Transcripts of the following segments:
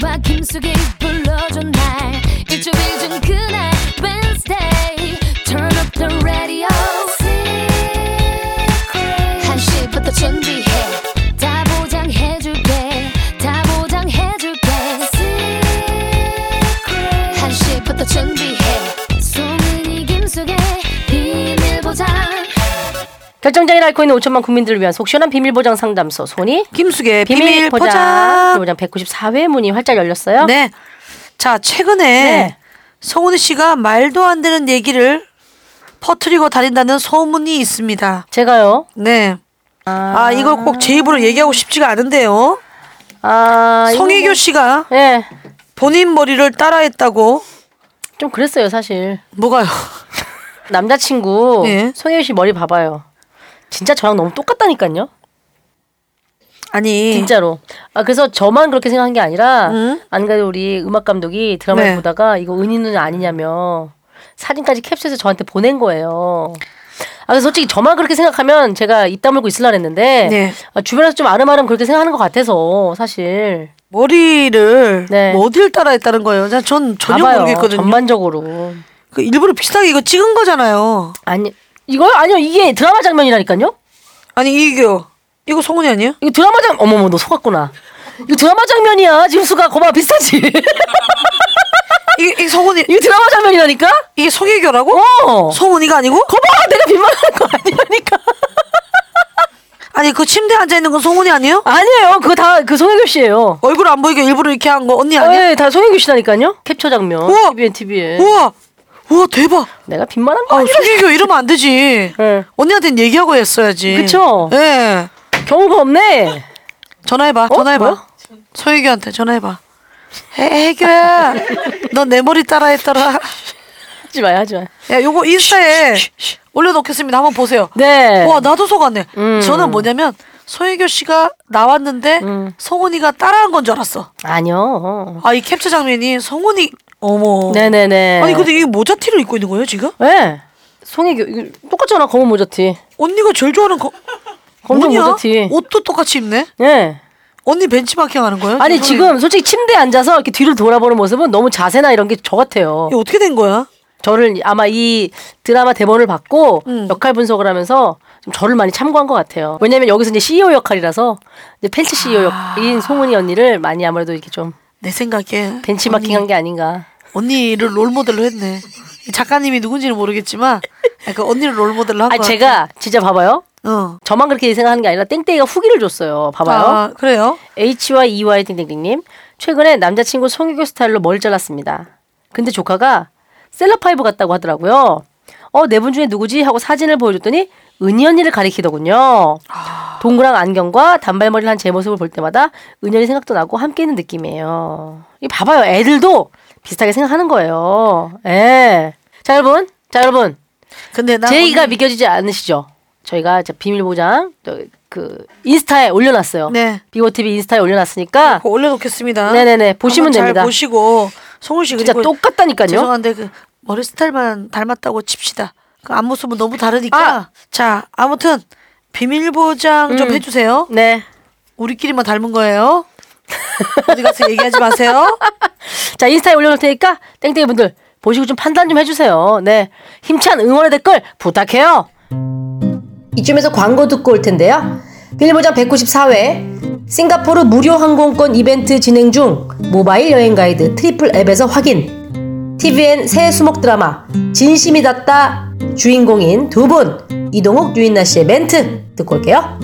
약속이 불러줘 날 일주일 중 그날 Wednesday Turn up the radio 한시부터 준비해 다 보장해줄게 다 보장해줄게 한시부터 준비해 소문이 김숙의 비밀 보장 결정장애를 앓고 있는 5천만 국민들을 위한 속 시원한 비밀 보장 상담소 손이 김숙의 비밀 보장 포장. 비밀 보장 194회 문이 활짝 열렸어요. 네. 자, 최근에 네. 성훈이 씨가 말도 안 되는 얘기를 퍼뜨리고 다닌다는 소문이 있습니다. 제가요. 네. 아, 이걸 꼭 제 입으로 얘기하고 싶지가 않은데요. 아 성혜교 이거 씨가 뭐- 예. 본인 머리를 따라했다고 좀 그랬어요 사실. 뭐가요? 남자친구 네. 송혜교 씨 머리 봐봐요. 진짜 저랑 너무 똑같다니까요. 아니 진짜로. 아 그래서 저만 그렇게 생각한 게 아니라 응? 안 그래도 우리 음악 감독이 드라마 음. 네. 를 보다가 이거 은인은 아니냐며 사진까지 캡처해서 저한테 보낸 거예요. 아 그래서 솔직히 저만 그렇게 생각하면 제가 입 다물고 있으려 했는데 네. 아, 주변에서 좀 아름아름 그렇게 생각하는 것 같아서 사실 머리를 네. 뭐 어딜 따라했다는 거예요? 전- 전 전혀 봐봐요. 모르겠거든요. 전반적으로 그 일부러 비슷하게 이거 찍은 거잖아요. 아니 이거요? 아니요 이게 드라마 장면이라니까요. 아니 이거 이거 성훈이 아니에요? 이거 드라마 장 어머머 너 속았구나. 이거 드라마 장면이야 지금 수가 거봐 비슷하지. 이게, 이게 성훈이 이거 드라마 장면이라니까. 이게 성혜교라고? 어. 성훈이가 아니고? 거봐 내가 빈말한 거 아니라니까. 아니 그 침대 에 앉아 있는 건 성훈이 아니에요? 아니에요. 그거 다 그 송혜교 씨예요. 얼굴 안 보이게 일부러 이렇게 한 거 언니 아니야? 네, 다 송혜교 씨라니까요. 캡처 장면. 우와! TVN TV에. 우와 우와 대박. 내가 빈말한 거 아 네. 아니라. 성혜교 이러면 안 되지. 예. 언니한테는 얘기하고 했어야지. 그쵸? 예. 경우가 없네. 전화해봐. 전화해봐. 어? 뭐야? 소혜교한테 전화해봐. 해, 혜교야, 넌 내 머리 따라했더라. 하지 마요, 하지 마요. 야, 요거 인스타에 올려놓겠습니다. 한번 보세요. 네. 와, 나도 속았네. 음. 저는 뭐냐면 소혜교 씨가 나왔는데 음. 성훈이가 따라한 건 줄 알았어. 아니요. 아, 이 캡처 장면이 성훈이 어머. 네네네. 아니 근데 이게 모자 티를 입고 있는 거예요 지금? 네. 송혜교 이거 똑같잖아 검은 모자티. 언니가 제일 좋아하는 거 검정 뭐냐? 모자티. 옷도 똑같이 입네. 예. 언니 벤치마킹 하는 거예요? 아니 죄송해요. 지금 솔직히 침대에 앉아서 이렇게 뒤를 돌아보는 모습은 너무 자세나 이런 게 저 같아요. 이게 어떻게 된 거야? 저를 아마 이 드라마 대본을 받고 음. 역할 분석을 하면서 좀 저를 많이 참고한 것 같아요. 왜냐면 여기서 이제 CEO 역할이라서 이제 팬츠 CEO 역인 송은이 언니를 많이 아무래도 이렇게 좀 내 생각에 벤치마킹한 게 아닌가. 언니, 를롤 모델로 했네. 이 작가님이 누군지는 모르겠지만 약간 언니를 롤 모델로 한 아 거야. 제가 진짜 봐봐요. 어 저만 그렇게 생각하는 게 아니라 땡땡이가 후기를 줬어요. 봐봐요. 아, 그래요? HY EY 땡땡땡님 최근에 남자친구 송혜교 스타일로 머리 잘랐습니다. 근데 조카가 셀럽파이브 같다고 하더라고요. 어, 네 분 중에 누구지? 하고 사진을 보여줬더니 은희 언니를 가리키더군요. 동그란 안경과 단발머리를 한 제 모습을 볼 때마다 은연이 생각도 나고 함께 있는 느낌이에요. 이 봐봐요. 애들도 비슷하게 생각하는 거예요. 예. 자, 여러분. 자, 여러분. 근데 나 제의가 오늘- 믿겨지지 않으시죠? 저희가 이제 비밀 보장 저, 그 인스타에 올려놨어요. 네. 비오 TV 인스타에 올려놨으니까 그거 뭐 올려놓겠습니다. 네네네, 보시면 한번 잘 됩니다. 보시고 송훈 씨 진짜 그리고 똑같다니까요. 죄송한데 그 머리 스타일만 닮았다고 칩시다. 그 앞모습은 너무 다르니까. 아! 자 아무튼 비밀 보장 좀 음. 해주세요. 네. 우리끼리만 닮은 거예요. 어디 가서 얘기하지 마세요. 자 인스타에 올려놓을 테니까 땡땡이 분들 보시고 좀 판단 좀 해주세요. 네. 힘찬 응원의 댓글 부탁해요. 이쯤에서 광고 듣고 올 텐데요. 빌보장 194회 싱가포르 무료 항공권 이벤트 진행 중 모바일 여행 가이드 트리플 앱에서 확인. TVN 새 수목 드라마 진심이 닿다 주인공인 두 분 이동욱 유인나 씨의 멘트 듣고 올게요.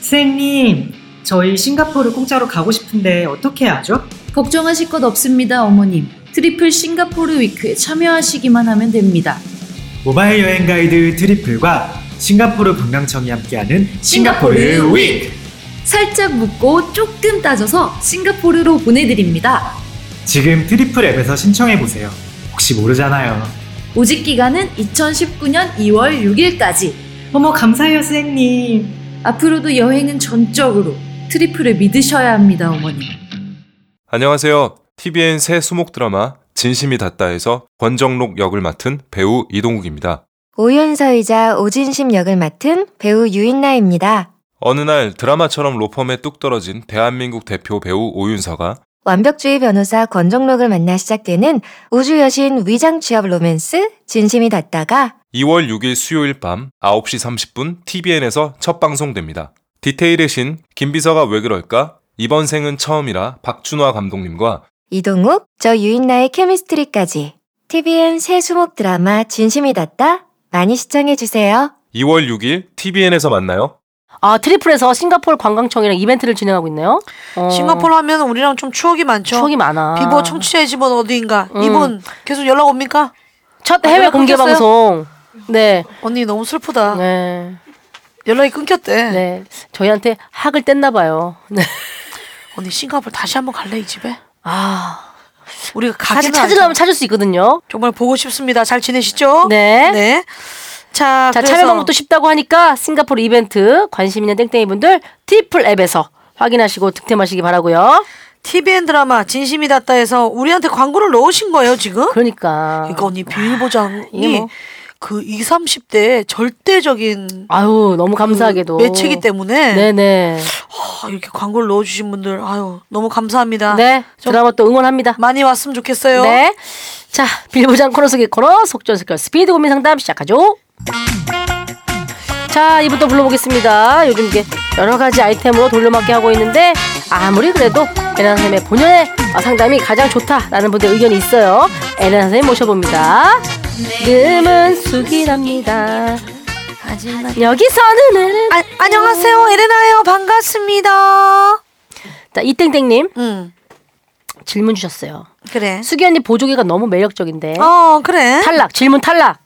선생님, 저희 싱가포르 공짜로 가고 싶은데 어떻게 하죠? 걱정하실 것 없습니다, 어머님. 트리플 싱가포르 위크에 참여하시기만 하면 됩니다. 모바일 여행 가이드 트리플과 싱가포르 관광청이 함께하는 싱가포르 위! 살짝 묻고 조금 따져서 싱가포르로 보내드립니다. 지금 트리플 앱에서 신청해 보세요. 혹시 모르잖아요. 오직 기간은 2019년 2월 6일까지. 어머 감사해요, 선생님. 앞으로도 여행은 전적으로 트리플을 믿으셔야 합니다, 어머님. 안녕하세요. TVN 새 수목 드라마 진심이 닿다에서 권정록 역을 맡은 배우 이동욱입니다. 오연서이자 오진심 역을 맡은 배우 유인나입니다. 어느 날 드라마처럼 로펌에 뚝 떨어진 대한민국 대표 배우 오윤서가 완벽주의 변호사 권정록을 만나 시작되는 우주 여신 위장 취업 로맨스 진심이 닿다가 2월 6일 수요일 밤 9시 30분 TBN에서 첫 방송됩니다. 디테일의 신 김비서가 왜 그럴까? 이번 생은 처음이라 박준화 감독님과 이동욱, 저 유인나의 케미스트리까지 TVN 새 수목 드라마 진심이 닿다 많이 시청해 주세요. 2월 6일 TBN에서 만나요. 아 트리플에서 싱가포르 관광청이랑 이벤트를 진행하고 있네요. 어, 싱가포르 하면 우리랑 좀 추억이 많죠. 추억이 많아. 비보 청취자의 집은 어디인가? 음. 이분 계속 연락 옵니까? 첫 아, 해외 연락 공개 끊겼어요? 아. 방송. 네. 언니 너무 슬프다. 네. 연락이 끊겼대. 네. 저희한테 학을 뗐나 봐요. 네. 언니 싱가포르 다시 한번 갈래 이 집에? 아, 우리가 사실 가지 찾으려면 찾을 수 있거든요. 정말 보고 싶습니다. 잘 지내시죠? 네. 네. 자, 자, 그래서 참여 방법도 쉽다고 하니까 싱가포르 이벤트 관심 있는 땡땡이 분들 트리플 앱에서 확인하시고 득템하시기 바라고요. TVN 드라마 진심이 닿다에서 우리한테 광고를 넣으신 거예요 지금? 그러니까 이거 언니 이게 비밀보장이 뭐. 그 20, 30대 절대적인 아유 너무 감사하게도 그 매체이기 때문에 네네 아, 이렇게 광고를 넣어주신 분들 아유 너무 감사합니다. 네 좀 드라마 또 응원합니다. 많이 왔으면 좋겠어요. 네. 자, 빌보장 코너 속의 코너 속전속결 스피드 고민 상담 시작하죠. 자, 이분도 불러보겠습니다. 요즘 이게 여러 가지 아이템으로 돌려막기 하고 있는데 아무리 그래도 에나 선생님의 본연의 어, 상담이 가장 좋다라는 분들 의견이 있어요. 에나 선생님 모셔봅니다. 음은 숙이랍니다. 여기서는 은은 아, 안녕하세요 에레나예요 반갑습니다. 자, 이땡땡님 음 질문 주셨어요. 그래. 수기 언니 보조개가 너무 매력적인데 어 그래. 탈락 질문 탈락.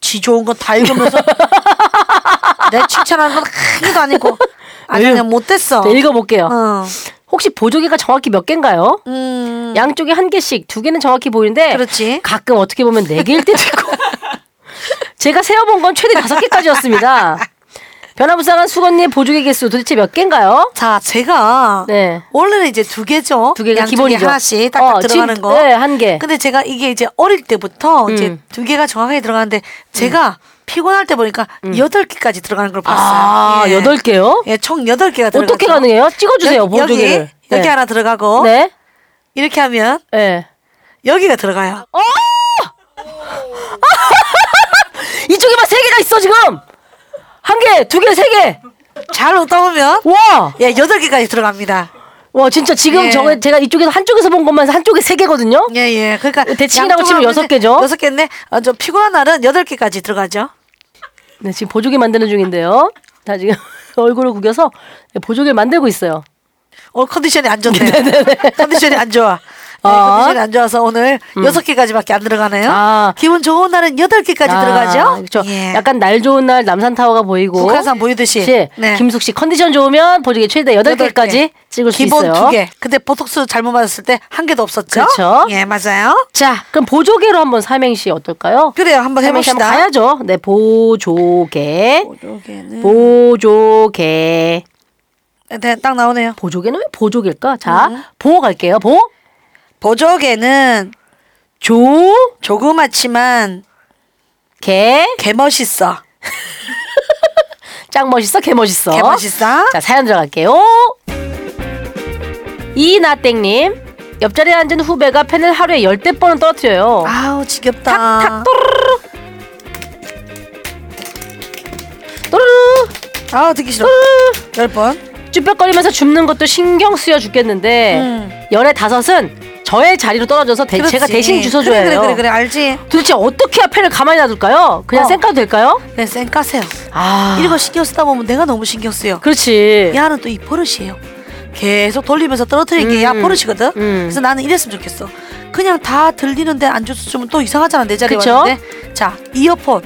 지 좋은 거 다 읽으면서 내 칭찬하는 건 하나도 아니고 아니 그냥 못됐어. 네, 읽어볼게요. 어. 혹시 보조개가 정확히 몇 개인가요? 음. 양쪽에 한 개씩, 두 개는 정확히 보이는데 그렇지. 가끔 어떻게 보면 네 개일 때도 있고 제가 세어본 건 최대 다섯 개까지였습니다. 변화무쌍한 수건님 보조개 개수 도대체 몇 개인가요? 자, 제가 네. 원래는 이제 두 개죠. 두 개가 양쪽에 기본이죠. 하나씩 딱딱 어, 들어가는 지금- 거. 네, 한 개. 근데 제가 이게 이제 어릴 때부터 이제 음. 두 개가 정확하게 들어가는데 제가 피곤할 때 보니까 여덟 개까지 들어가는 걸 봤어요. 음. 아, 예. 여덟 개요? 예, 총 여덟 개가 들어가. 어떻게 가능해요? 찍어주세요, 여기, 보조개를. 여기, 여기 네. 하나 들어가고 네. 이렇게 하면 네. 여기가 들어가요. 이쪽에만 세 개가 있어, 지금! 한 개, 두 개, 세 개! 잘 웃다 보면 와! 예, 여덟 개까지 들어갑니다. 와, 진짜 지금 예. 저거 제가 이쪽에서 한쪽에서 본 것만 한쪽에 세 개거든요? 예, 예. 그러니까 어, 대칭이라고 양쪽으로 치면 하면 여섯 개죠? 여섯 개인데 어, 좀 피곤한 날은 여덟 개까지 들어가죠. 네, 지금 보조개 만드는 중인데요. 자, 지금 얼굴을 구겨서 보조개를 만들고 있어요. 오늘 컨디션이 안 좋네. 컨디션이 안 좋아. 네, 아. 컨디션이 안 좋아서 오늘 여섯 개까지밖에 안 음. 들어가네요. 아. 기분 좋은 날은 여덟 개까지 아, 들어가죠. 그렇죠. 예. 약간 날 좋은 날 남산 타워가 보이고 북한산 보이듯이. 씨, 네. 김숙 씨 컨디션 좋으면 보조개 최대 여덟 여덟 개까지 개. 찍을 수 있어요. 기본 두 개. 근데 보톡스 잘못 맞았을 때 한 개도 없었죠. 그렇죠. 예, 맞아요. 자, 그럼 보조개로 한번 삼행시 어떨까요? 그래요. 한번 삼행시 한번 해봅시다. 음. 가야죠. 네, 보조개. 보조개는 보조개. 네, 딱 나오네요. 보조개는 왜 보조개일까? 자, 음. 보 갈게요. 보. 보조개는 조. 조그맣지만 개. 개 멋있어. 짱 멋있어? 개 멋있어? 개 멋있어. 자 사연 들어갈게요. 이나땡님 옆자리에 앉은 후배가 펜을 하루에 열대 번은 떨어뜨려요. 아우 지겹다. 또르르 아우 듣기 싫어. 열 번. 쭈뼛거리면서 줍는 것도 신경 쓰여 죽겠는데 음. 열의 다섯은 저의 자리로 떨어져서 대, 제가 그렇지. 대신 주워줘야 해요. 그래 그래 그래, 그래 알지. 도대체 어떻게 해야 펜을 가만히 놔둘까요? 그냥 어. 쌩까도 될까요? 네, 쌩 까세요. 아 이런 거 신경 쓰다 보면 내가 너무 신경 쓰여. 그렇지. 야는 또 이 버릇이에요. 계속 돌리면서 떨어뜨리는 게 야 음. 버릇이거든. 음. 그래서 나는 이랬으면 좋겠어. 그냥 다 들리는데 안 줬으면 또 이상하잖아 내 자리에 그쵸? 왔는데. 자 이어폰.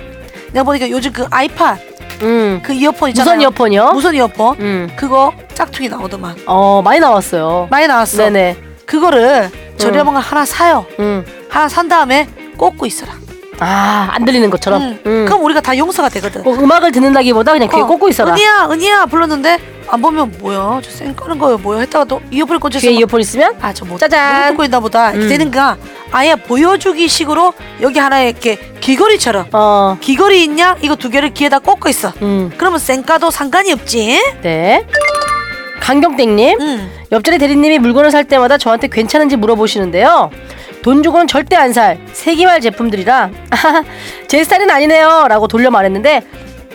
내가 보니까 요즘 그 아이팟 음. 그 이어폰 있잖아요. 무선 이어폰이요. 무선 이어폰. 음. 그거 짝퉁이 나오더만. 어 많이 나왔어요. 많이 나왔어. 네네. 그거를 저렴한 걸 하나 사요. 음. 하나 산 다음에 꽂고 있어라. 아안 들리는 것처럼. 음. 음. 그럼 우리가 다 용서가 되거든. 뭐 음악을 듣는다기보다 그냥 귀에 어, 꽂고 있어라. 은희야, 은희야 불렀는데 안 보면 뭐야? 저쌩 까는 거예요. 뭐야? 했다가 또 이어폰을 꽂혔어. 귀에 이어폰 있으면 아, 저뭐 짜잔. 듣고 있나 보다. 음. 이렇게 되는가? 아예 보여주기 식으로 여기 하나 이렇게 귀걸이처럼 어, 귀걸이 있냐? 이거 두 개를 귀에다 꽂고 있어. 음, 그러면 쌩까도 상관이 없지. 네. 강경땡님 응. 옆자리 대리님이 물건을 살 때마다 저한테 괜찮은지 물어보시는데요. 돈 주고는 절대 안 살 세기말 제품들이라 아하, 제 스타일은 아니네요라고 돌려 말했는데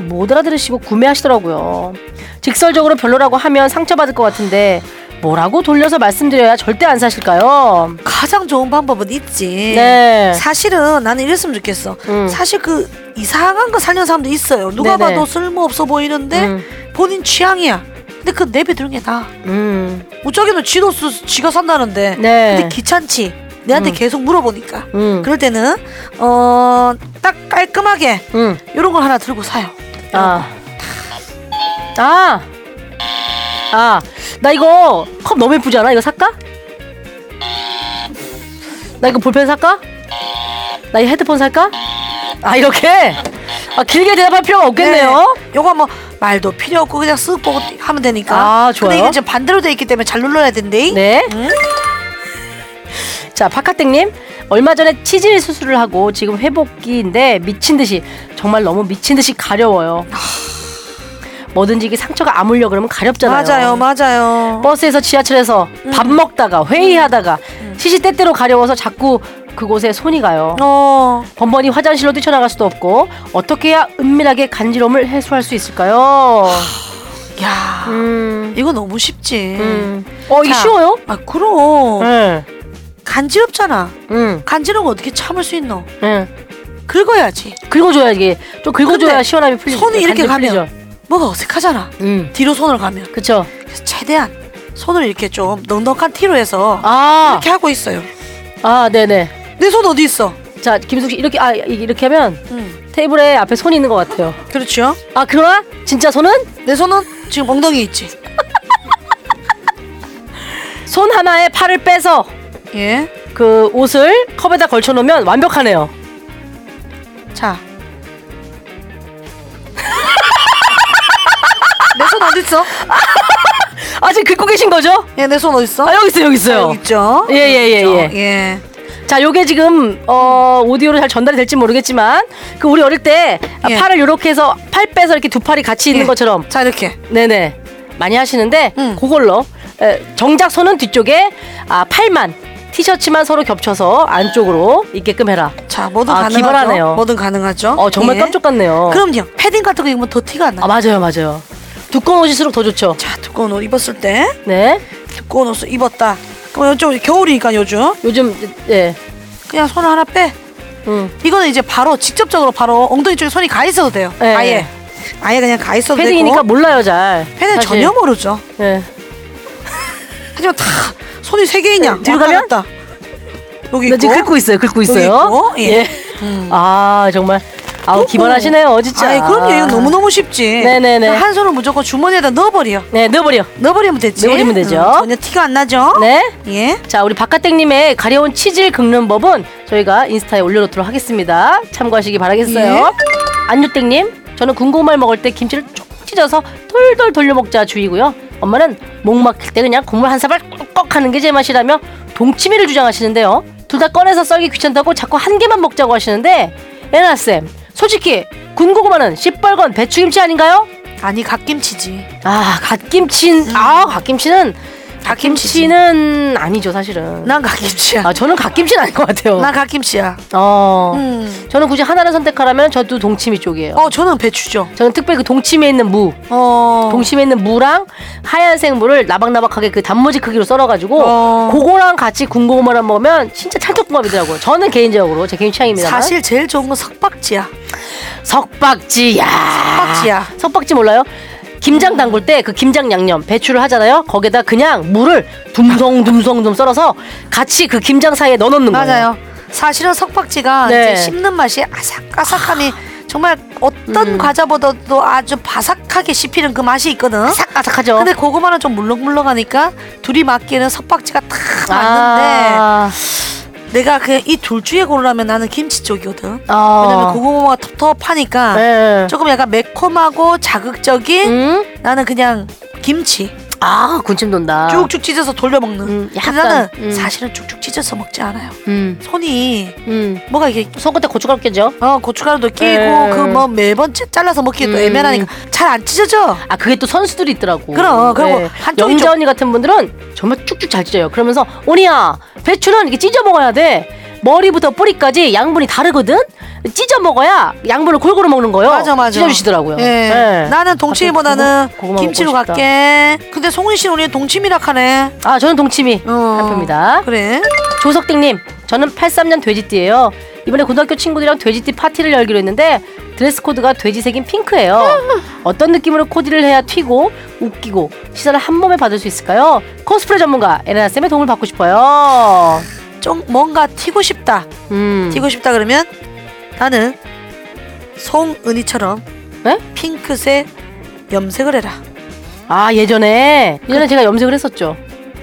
못 알아들으시고 구매하시더라고요. 직설적으로 별로라고 하면 상처받을 것 같은데 뭐라고 돌려서 말씀드려야 절대 안 사실까요? 가장 좋은 방법은 있지. 네. 사실은 나는 이랬으면 좋겠어. 음. 사실 그 이상한 거 살려는 사람도 있어요. 누가 네네. 봐도 쓸모없어 보이는데 음, 본인 취향이야. 근데 그 내비두는 게 나아. 음, 어쩌기는 지도 쓰, 지가 산다는데. 네. 근데 귀찮지. 내한테 음. 계속 물어보니까. 음, 그럴 때는 어 딱 깔끔하게 음. 이런 걸 하나 들고 사요. 아. 아. 아. 나 이거 컵 너무 예쁘지 않아? 이거 살까? 나 이거 볼펜 살까? 나 이 헤드폰 살까? 아, 이렇게? 아, 길게 대답할 필요가 없겠네요. 네. 요거 뭐 말도 필요 없고 그냥 쓱 보고 하면 되니까. 아, 좋아요. 근데 이건 지금 반대로 돼 있기 때문에 잘 눌러야 된대. 네. 음. 자, 파카땡님. 얼마 전에 치질 수술을 하고 지금 회복기인데 미친 듯이 정말 너무 미친 듯이 가려워요. 뭐든지 이게 상처가 아물려 그러면 가렵잖아요. 뭐, 맞아요, 맞아요. 버스에서 지하철에서 음. 밥 먹다가 회의하다가 시시때때로 가려워서 자꾸 그곳에 손이 가요. 어. 번번이 화장실로 뛰쳐나갈 수도 없고 어떻게 해야 은밀하게 간지럼을 해소할 수 있을까요? 야. 음. 이거 너무 쉽지. 음. 어, 이게 자. 쉬워요? 예. 아, 그럼. 응. 간지럽잖아. 응. 간지러운 거 어떻게 참을 수 있노? 응. 긁어야지. 예. 긁어줘야 이게 좀 긁어줘야 근데 시원함이 풀리죠. 손이 이렇게 간지 풀리죠. 뭐가 어색하잖아. 음. 뒤로 손을 가면. 그쵸. 그래서 최대한 손을 이렇게 좀 넉넉한 티로 해서 아. 이렇게 하고 있어요. 아, 네네. 내 손 어디 있어? 자, 김숙 씨 이렇게 아 이- 이렇게 하면 음. 테이블에 앞에 손이 있는 것 같아요. 그렇죠. 아 그러나 진짜 손은 내 손은 지금 엉덩이에 있지. 손 하나에 팔을 빼서 예. 그 옷을 컵에다 걸쳐 놓으면 완벽하네요. 자. 내 손 어디 있어? 아직 긁고 계신 거죠? 예, 내 손 어디 있어? 아 여기 있어요, 여기 아, 있어요. 여기 있죠. 예, 예, 예, 있죠? 예. 예. 자, 요게 지금 어 오디오로 잘 전달이 될지 모르겠지만 그 우리 어릴 때 예. 팔을 요렇게 해서 팔 빼서 이렇게 두 팔이 같이 있는 예. 것처럼 자 이렇게. 네네 많이 하시는데 음. 그걸로 에, 정작 손은 뒤쪽에 아 팔만 티셔츠만 서로 겹쳐서 안쪽으로 있게끔 해라. 자 뭐든 아, 가능하죠. 기발하네요. 뭐든 가능하죠. 어 정말 예. 깜짝 같네요. 그럼요. 패딩 같은 거 입으면 더 티가 안 나. 아 맞아요, 요 맞아요. 두꺼운 옷일수록 더 좋죠. 자 두꺼운 옷 입었을 때 네. 두꺼운 옷을 입었다. 그럼 이쪽 겨울이니까 요즘 요즘 예. 그냥 손을 하나 빼. 음. 이거는 이제 바로 직접적으로 바로 엉덩이 쪽에 손이 가 있어도 돼요. 예. 아예 아예 그냥 가 있어도 패딩이니까 되고. 몰라요 잘. 패딩 사실. 전혀 모르죠. 예. 하지만 다 손이 세 개이냐? 네, 뒤로 가면? 왔다 갔다. 여기 나 있고. 지금 긁고 있어요. 긁고 있어요. 있고, 예. 음. 아 정말 아우 어머. 기발하시네요. 진짜. 아이 그럼요. 이거 너무 너무 쉽지. 네네네. 한 손은 무조건 주머니에다 넣어버려. 네 넣어버려. 넣어버리면 되지. 넣어버리면 되죠. 음, 전혀 티가 안 나죠. 네. 예. 자 우리 바깥땡님의 가려운 치질 긁는 법은 저희가 인스타에 올려놓도록 하겠습니다. 참고하시기 예. 바라겠어요. 안유땡님 저는 군고말 먹을 때 김치를 쭉 찢어서 돌돌 돌려 먹자 주의고요. 엄마는 목 막힐 때 그냥 국물 한 사발 꿀꺽 하는 게 제맛이라며 동치미를 주장하시는데요. 둘 다 꺼내서 썰기 귀찮다고 자꾸 한 개만 먹자고 하시는데 에나쌤 솔직히 군고구마는 시뻘건 배추김치 아닌가요? 아니 갓김치지. 아 갓김치 아 갓김치는 갓김치지. 갓김치는 아니죠 사실은 난 갓김치야. 아 저는 갓김치는 아닌 것 같아요. 난 갓김치야. 어. 음. 저는 굳이 하나를 선택하라면 저도 동치미 쪽이에요. 어 저는 배추죠. 저는 특별히 그 동치미에 있는 무, 어. 동치미에 있는 무랑 하얀색 무를 나박나박하게 그 단무지 크기로 썰어가지고 어. 그거랑 같이 군고구마랑 먹으면 진짜 찰떡궁합이더라고요. 저는 개인적으로 제 개인 취향입니다. 사실 제일 좋은 건 석박지야. 석박지야. 아. 석박지야. 석박지 몰라요? 김장 담글 때 그 김장 양념 배추를 하잖아요. 거기다 그냥 무를 둠성둠성 좀 썰어서 같이 그 김장 사이에 넣어놓는 거예요. 맞아요. 사실은 석박지가 네. 이제 씹는 맛이 아삭아삭함이 정말 어떤 음. 과자보다도 아주 바삭하게 씹히는 그 맛이 있거든. 아삭아삭하죠. 근데 고구마는 좀 물렁물렁하니까 둘이 맞기에는 석박지가 딱 맞는데 아, 내가 그 이 둘 중에 고르라면 나는 김치 쪽이거든. 아, 아. 왜냐면 고구마가 텁텁하니까 예. 조금 약간 매콤하고 자극적인 음? 나는 그냥 김치. 아 군침 돈다. 쭉쭉 찢어서 돌려 먹는. 음, 근데 약간, 나는 음. 사실은 쭉쭉 찢어서 먹지 않아요. 음, 손이 음. 뭐가 이게 손끝에 고춧가루 끼죠. 어 고춧가루도 네. 끼고 그 뭐 매번 찢- 잘라서 먹기 도 음. 애매하니까 잘 안 찢어져. 아 그게 또 선수들이 있더라고. 네. 그럼, 그리고 한쪽이 영자 좀- 언니 같은 분들은 정말 쭉쭉 잘 찢어요. 그러면서 언니야 배추는 이렇게 찢어 먹어야 돼. 머리부터 뿌리까지 양분이 다르거든. 찢어 먹어야 양분을 골고루 먹는 거예요. 맞아 맞아. 찢어주시더라고요. 예. 예. 나는 동치미보다는 고구- 고구마 김치로 먹고 싶다. 갈게. 근데 송은 씨는 우리 동치미라 하네. 아 저는 동치미 어. 발표입니다. 그래. 조석땡님, 저는 83년 돼지띠예요. 이번에 고등학교 친구들이랑 돼지띠 파티를 열기로 했는데 드레스 코드가 돼지색인 핑크예요. 어떤 느낌으로 코디를 해야 튀고 웃기고 시선을 한 몸에 받을 수 있을까요? 코스프레 전문가 에레나 쌤의 도움을 받고 싶어요. 좀 뭔가 튀고 싶다. 음, 튀고 싶다 그러면 나는 송은이처럼 네? 핑크색 염색을 해라. 아 예전에 예전에 제가 염색을 했었죠.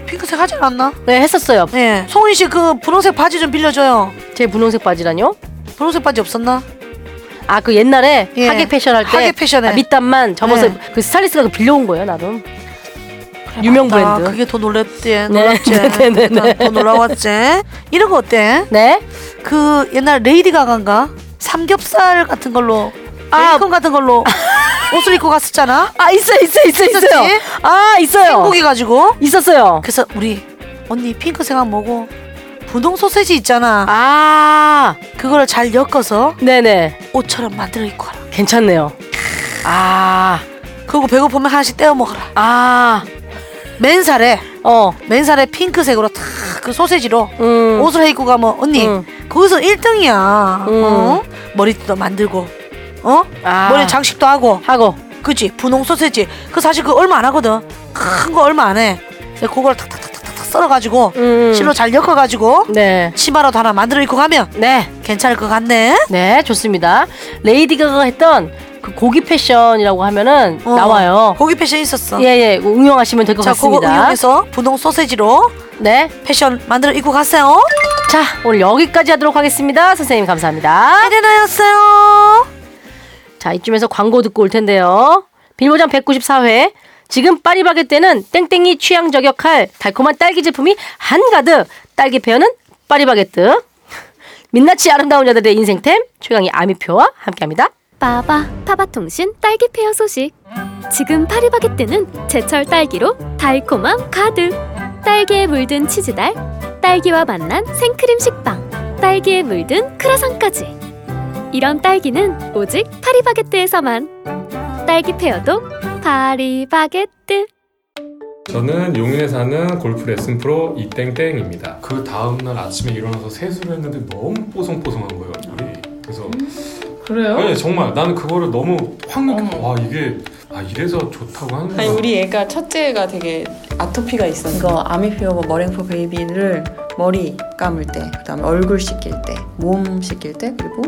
핑크색 하지 않았나? 네 했었어요. 예. 송은 씨그 분홍색 바지 좀 빌려줘요. 제 분홍색 바지라뇨? 분홍색 바지 없었나? 아 그 옛날에 예. 하객 패션 할 때 아, 하객 패션에. 밑단만 접어서 네. 그 스타일리스트가 그 빌려온 거예요 나름. 유명 맞다. 브랜드. 아, 네, 그게 더 놀랬지. 놀랐지. 네네네. 난더 놀라웠지. 이런 거 어때? 네. 그 옛날 레이디 가가인가? 삼겹살 같은 걸로 아. 베이컨 같은 걸로 옷을 입고 갔었잖아. 아 있어 있어 있어 있었지? 있어요. 아 있어요. 행복해 가지고. 있었어요. 그래서 우리 언니 핑크색 한 뭐고 분홍 소세지 있잖아. 아, 그거를 잘 엮어서 네네. 옷처럼 만들어 입고 와라. 괜찮네요. 아, 그리고 배고프면 하나씩 떼어 먹어라. 아, 맨살에 어, 맨살에 핑크색으로 탁 그 소세지로 음, 옷을 해 입고 가면 언니 음. 거기서 1등이야. 음. 어? 머리띠도 만들고 어? 아. 머리 장식도 하고 하고. 그치 분홍 소세지 그 사실 그 얼마 안 하거든 큰 거 얼마 안 해. 근데 그걸 탁탁탁탁탁 썰어가지고 음. 실로 잘 엮어가지고 네, 치마로 하나 만들어 입고 가면 네, 괜찮을 것 같네. 네, 좋습니다. 레이디 가가 했던 그 고기 패션이라고 하면은 어, 나와요. 고기 패션 있었어. 예, 예, 응용하시면 될 것 자 그거 같습니다. 응용해서 분홍 소세지로 네, 패션 만들어 입고 가세요. 자, 오늘 여기까지 하도록 하겠습니다. 선생님 감사합니다. 에레나였어요. 자 이쯤에서 광고 듣고 올 텐데요. 빌보장 194회 지금 파리바게뜨는 땡땡이 취향 저격할 달콤한 딸기 제품이 한가득 딸기 페어는 파리바게뜨 민낯이 아름다운 여자들의 인생템 최강희 아미표와 함께합니다. 빠바 파바통신 딸기 페어 소식 지금 파리바게뜨는 제철 딸기로 달콤함 가득 딸기에 물든 치즈달 딸기와 만난 생크림 식빵 딸기에 물든 크라상까지 이런 딸기는 오직 파리바게뜨에서만 딸기 페어도 파리바게뜨 저는 용인에 사는 골프 레슨 프로 이땡땡입니다. 그 다음날 아침에 일어나서 세수를 했는데 너무 뽀송뽀송한 거예요. 물이. 그래서 그래요? 네, 정말 나는 그거를 너무 확 느껴. 와 이게 아 이래서 좋다고 하는 아니 거야. 우리 애가 첫째가 되게 아토피가 있었어. 이거 아미피오버 머랭포 베이비를 머리 감을 때, 그다음에 얼굴 씻길 때, 몸 씻길 때, 그리고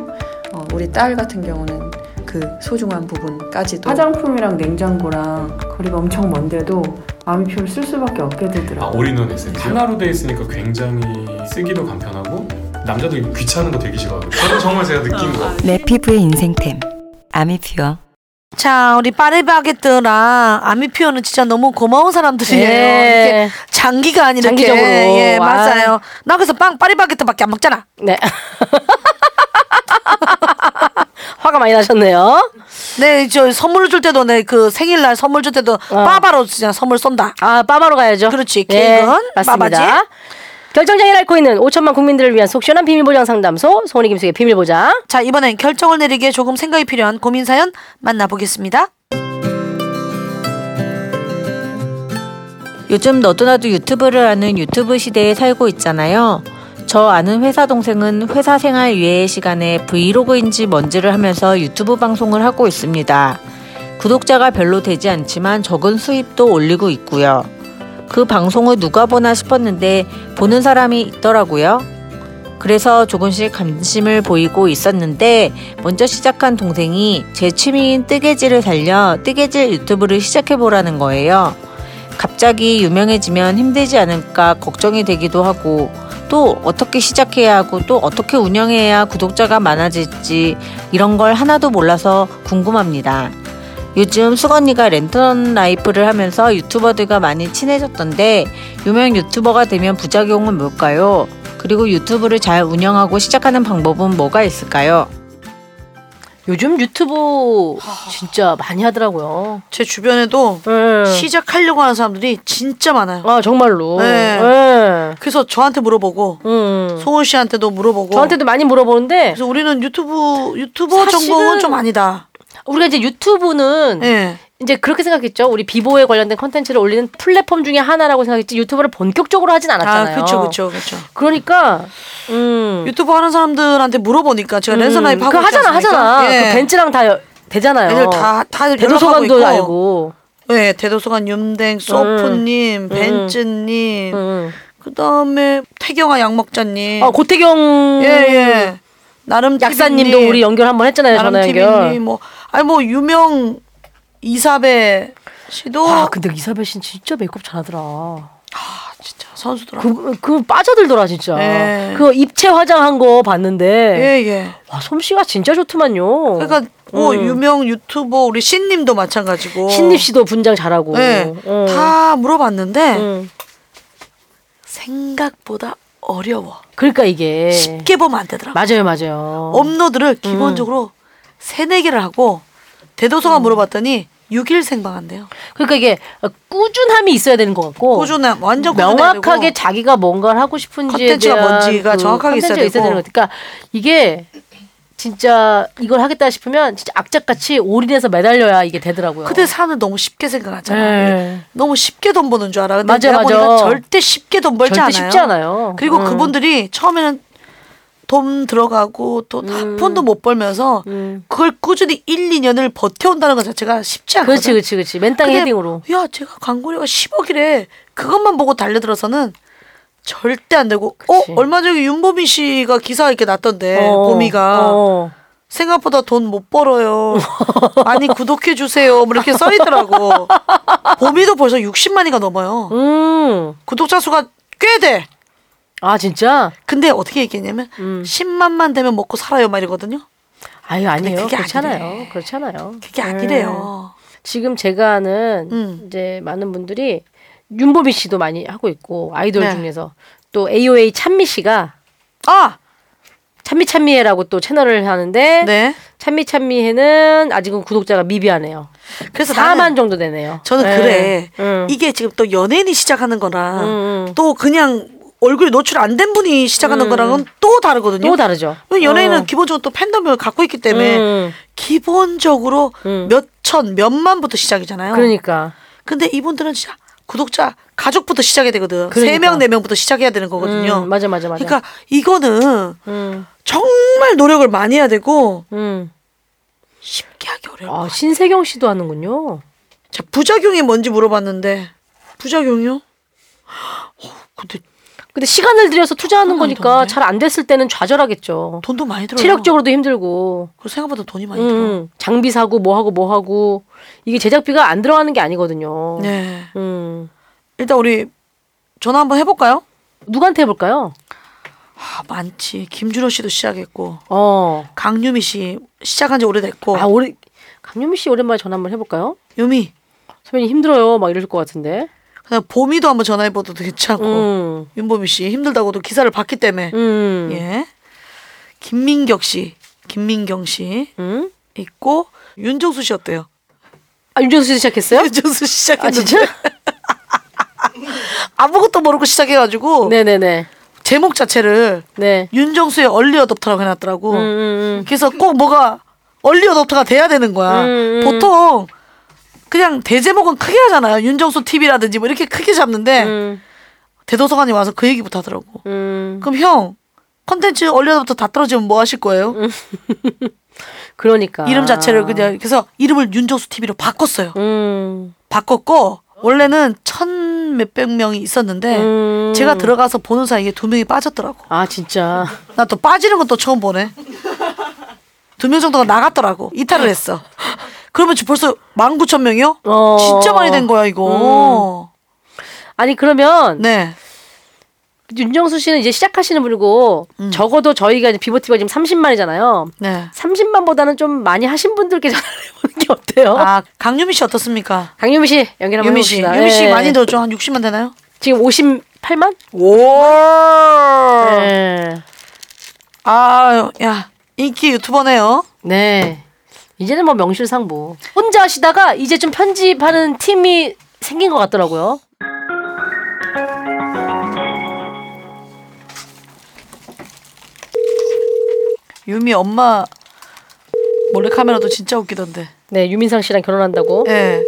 어, 우리 딸 같은 경우는 그 소중한 부분까지도 화장품이랑 냉장고랑 거리가 엄청 먼데도 아미피오를 쓸 수밖에 없게 아 되더라고. 올인원 에센스 하나로 돼 있으니까 굉장히 쓰기도 간편하고 남자도 귀찮은 거 되게 싫어하고 저는 정말 제가 느낀 거예요. 내 피부의 인생템 아미퓨어 자 우리 파리바게뜨랑 아미피오는 진짜 너무 고마운 사람들이에요. 이게 예. 장기가 아니라 이렇게. 장기적으로. 예 아. 맞아요. 나 그래서 빵 파리바게뜨밖에 안 먹잖아. 네. 화가 많이 나셨네요. 네 저 선물을 줄 때도 내 그 생일날 선물 줄 어. 때도 빠바로 진짜 선물 쏜다. 아 빠바로 가야죠. 네, 그렇지. 케이크는 빠바지. 결정장애를 앓고 있는 5천만 국민들을 위한 속 시원한 비밀보장 상담소 소은이 김숙의 비밀보장. 자 이번엔 결정을 내리기에 조금 생각이 필요한 고민 사연 만나보겠습니다. 요즘 너도나도 유튜브를 하는 유튜브 시대에 살고 있잖아요. 저 아는 회사 동생은 회사 생활 외의 시간에 브이로그인지 뭔지를 하면서 유튜브 방송을 하고 있습니다. 구독자가 별로 되지 않지만 적은 수입도 올리고 있고요. 그 방송을 누가 보나 싶었는데 보는 사람이 있더라고요. 그래서 조금씩 관심을 보이고 있었는데 먼저 시작한 동생이 제 취미인 뜨개질을 살려 뜨개질 유튜브를 시작해 보라는 거예요. 갑자기 유명해지면 힘들지 않을까 걱정이 되기도 하고 또 어떻게 시작해야 하고 또 어떻게 운영해야 구독자가 많아질지 이런 걸 하나도 몰라서 궁금합니다. 요즘 수건이가 랜턴 라이프를 하면서 유튜버들과 많이 친해졌던데 유명 유튜버가 되면 부작용은 뭘까요? 그리고 유튜브를 잘 운영하고 시작하는 방법은 뭐가 있을까요? 요즘 유튜브 진짜 많이 하더라고요. 제 주변에도 어. 시작하려고 하는 사람들이 진짜 많아요. 아 정말로. 네. 네. 그래서 저한테 물어보고 송은 씨한테도 물어보고 음. 저한테도 많이 물어보는데 그래서 우리는 유튜브 유튜버 사실은 정보는 좀 아니다. 우리가 이제 유튜브는 예. 이제 그렇게 생각했죠. 우리 비보에 관련된 컨텐츠를 올리는 플랫폼 중에 하나라고 생각했지 유튜브를 본격적으로 하진 않았잖아요. 아, 그렇죠, 그렇죠, 그렇죠. 그러니까 음. 유튜브 하는 사람들한테 물어보니까 제가 음, 랜선 라이브 하고 그거 있지 하잖아, 않습니까? 하잖아. 예. 그 벤츠랑 다 여- 되잖아요. 애들 다, 다 연락하고 대도서관도 있고. 알고. 네, 대도서관 윤댕, 소프님, 음. 벤츠님, 그다음에 태경아 양먹자님. 아 고태경 음. 예, 예. 나름 약사님도 TV 님, 우리 연결 한번 했잖아요. 나름 전화 TV 연결. 님, 뭐 아니 뭐 유명 이사벨 씨도 아 근데 이사벨 씨는 진짜 메이크업 잘하더라. 진짜 선수더라. 그, 그 빠져들더라 진짜. 예. 그 입체 화장한 거 봤는데. 예, 예. 와 솜씨가 진짜 좋더만요. 그러니까 뭐 어. 음. 유명 유튜버 우리 신님도 마찬가지고. 신립 씨도 분장 잘하고. 뭐. 네. 음. 다 물어봤는데 음. 생각보다 어려워. 그러니까 이게 쉽게 보면 안 되더라고. 맞아요, 음. 맞아요. 업로드를 기본적으로 세네 개를 하고 대도서관 음. 물어봤더니 6일 생방한대요. 그러니까 이게 꾸준함이 있어야 되는 것 같고 꾸준함, 완전 꾸준해야 명확하게 되고. 자기가 뭔가를 하고 싶은지에 컨텐츠가 대한 그 뭔지가 정확하게 있어야 컨텐츠가 되고. 되는 것 같아요. 그러니까 이게 진짜 이걸 하겠다 싶으면 진짜 악착같이 올인해서 매달려야 이게 되더라고요. 근데 사는 너무 쉽게 생각하잖아. 네. 너무 쉽게 돈 버는 줄 알아. 근데 맞아, 내가 맞아. 보니까 절대 쉽게 돈 벌지 절대 않아요. 쉽지 않아요. 그리고 음. 그분들이 처음에는 돈 들어가고 또 음. 한 푼도 못 벌면서 그걸 꾸준히 1, 2년을 버텨온다는 것 자체가 쉽지 않거든. 그렇지, 그렇지, 그렇지. 맨땅 근데 헤딩으로. 야, 제가 광고료가 10억이래. 그것만 보고 달려들어서는 절대 안 되고. 어, 얼마 전에 윤보미 씨가 기사 이렇게 났던데 어, 네, 보미가 어. 생각보다 돈 못 벌어요. 많이 구독해 주세요. 뭐 이렇게 써 있더라고. 보미도 벌써 60만이가 넘어요. 구독자 수가 꽤 돼. 음. 아 진짜? 근데 어떻게 얘기했냐면 음. 10만만 되면 먹고 살아요 말이거든요. 아유 아니에요. 그게 그렇잖아요. 아니래. 그렇잖아요. 그게 아니래요. 음. 지금 제가 아는 음. 이제 많은 분들이 윤보미 씨도 많이 하고 있고 아이돌 네. 중에서 또 AOA 찬미 씨가 아 찬미 찬미해라고 또 채널을 하는데 네. 찬미 찬미해는 아직은 구독자가 미비하네요. 그래서 4만 나는- 정도 되네요. 저는 예. 그래. 음. 이게 지금 또 연예인이 시작하는 거랑 음, 또 그냥 얼굴 노출 안 된 분이 시작하는 음. 거랑은 또 다르거든요. 네. 또 다르죠. 왜냐면 연예인은 어. 기본적으로 또 팬덤을 갖고 있기 때문에 음. 기본적으로 몇 천, 몇만부터 시작이잖아요. 그러니까. 근데 이분들은 진짜 구독자 가족부터 시작해야 되거든. 그러니까. 세 명 네명부터 시작해야 되는 거거든요. 음, 맞아 맞아 맞아. 그러니까 이거는 음. 정말 노력을 많이 해야 되고 쉽게 하기 어려워. 아, 신세경 씨도 하는군요. 자, 부작용이 뭔지 물어봤는데 부작용이요? 어, 근데 시간을 들여서 아, 투자하는 거니까 잘 안 됐을 때는 좌절하겠죠. 돈도 많이 들어요. 체력적으로도 음, 힘들고. 그 생각보다 돈이 많이 들어. 장비 사고 뭐 하고 뭐 하고 이게 제작비가 안 들어가는 게 아니거든요. 네. 음. 일단 우리 전화 한번 해볼까요? 누구한테 해볼까요? 아, 많지. 김준호 씨도 시작했고. 어. 강유미 씨 시작한 지 오래됐고. 아, 오래 강유미 씨 오랜만에 전화 한번 해볼까요? 유미. 선배님 힘들어요. 막 이럴 것 같은데. 그다음 보미도 한번 전화해봐도 괜찮고. 음. 윤보미 씨 힘들다고도 기사를 봤기 때문에. 예. 김민격 씨, 김민경 씨 있고 윤정수 씨 어때요? 음. 아, 윤정수 씨 시작했어요? 윤정수 씨 시작했는데. 아, 진짜? 아무것도 모르고 시작해가지고. 네네네. 네. 제목 자체를 윤정수의 얼리 어답터라고 음, 해놨더라고. 그래서 꼭 뭐가 얼리 어답터가 돼야 되는 거야. 음, 음. 보통 그냥 대제목은 크게 하잖아요. 윤정수 TV라든지 뭐 이렇게 크게 잡는데 음. 대도서관이 와서 그 얘기부터 하더라고. 그럼 형 컨텐츠 얼리 어답터 다 떨어지면 뭐 하실 거예요? 음. 그러니까. 이름 자체를 그냥 그래서 이름을 윤정수 TV로 바꿨어요. 음. 바꿨고 원래는 천 몇백 명이 있었는데 음. 제가 들어가서 보는 사이에 두 명이 빠졌더라고. 아 진짜. 나 또 빠지는 건 또 처음 보네. 두 명 정도가 나갔더라고. 음. 이탈을 했어. 그러면 지금 벌써 만 구천 명이요? 어. 진짜 많이 된 거야 음. 이거. 아니 그러면 네. 윤정수 씨는 이제 시작하시는 분이고 음. 적어도 저희가 이제 비보티가 지금 30만이잖아요. 네. 30만보다는 좀 많이 하신 분들께 전화를 해보는 연기 어때요? 아, 강유미 씨 어떻습니까? 강유미 씨 연기 한번 유미 씨, 해봅시다. 유미 씨 예. 많이 넣어줘. 한 60만 되나요? 지금 58만? 예. 오. 어. 아, 야 인기 유튜버네요. 네. 이제는 뭐 명실상부. 혼자 하시다가 이제 좀 편집하는 팀이 생긴 것 같더라고요. 유미 엄마 몰래 카메라도 진짜 웃기던데. 네, 유민상 씨랑 결혼한다고. 네.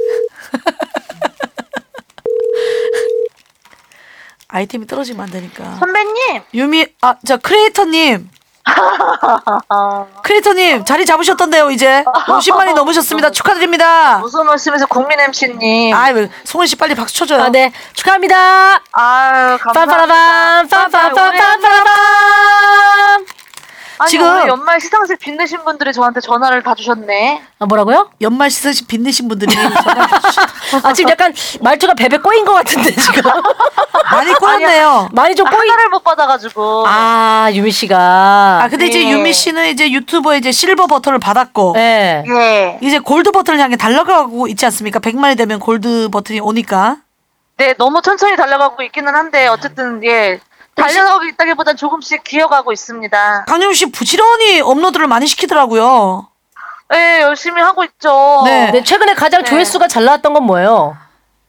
아이템이 떨어지면 안 되니까. 선배님. 유미 아 자 크리에이터님. 크리에이터님 자리 잡으셨던데요 이제 50만이 넘으셨습니다 축하드립니다. 무슨 말씀에서 국민 MC님. 아 송은 씨 빨리 박수 쳐줘요. 네 축하합니다. 아유 아, 감사합니다. 빰빠라밤 아니, 지금- 지금 연말 시상식 빛내신 분들이 저한테 전화를 다 주셨네. 아 뭐라고요? 연말 시상식 빛내신 분들이 아 지금 약간 말투가 베베 꼬인 것 같은데 지금 많이 꼬였네요. 많이 좀 꼬이. 아, 하나를 못 받아가지고. 아 유미 씨가. 아 근데 이제 유미 씨는 이제 유튜버에 이제 실버 버튼을 받았고 네. 네. 예. 이제 골드 버튼을 향해 달려가고 있지 않습니까? 100만이 되면 골드 버튼이 오니까. 네, 너무 천천히 달려가고 있기는 한데 어쨌든 예 달려가고 있다기보단 조금씩 기어가고 있습니다. 강용 씨 부지런히 업로드를 많이 시키더라고요. 네, 열심히 하고 있죠. 네, 최근에 가장 조회수가 잘 나왔던 건 뭐예요?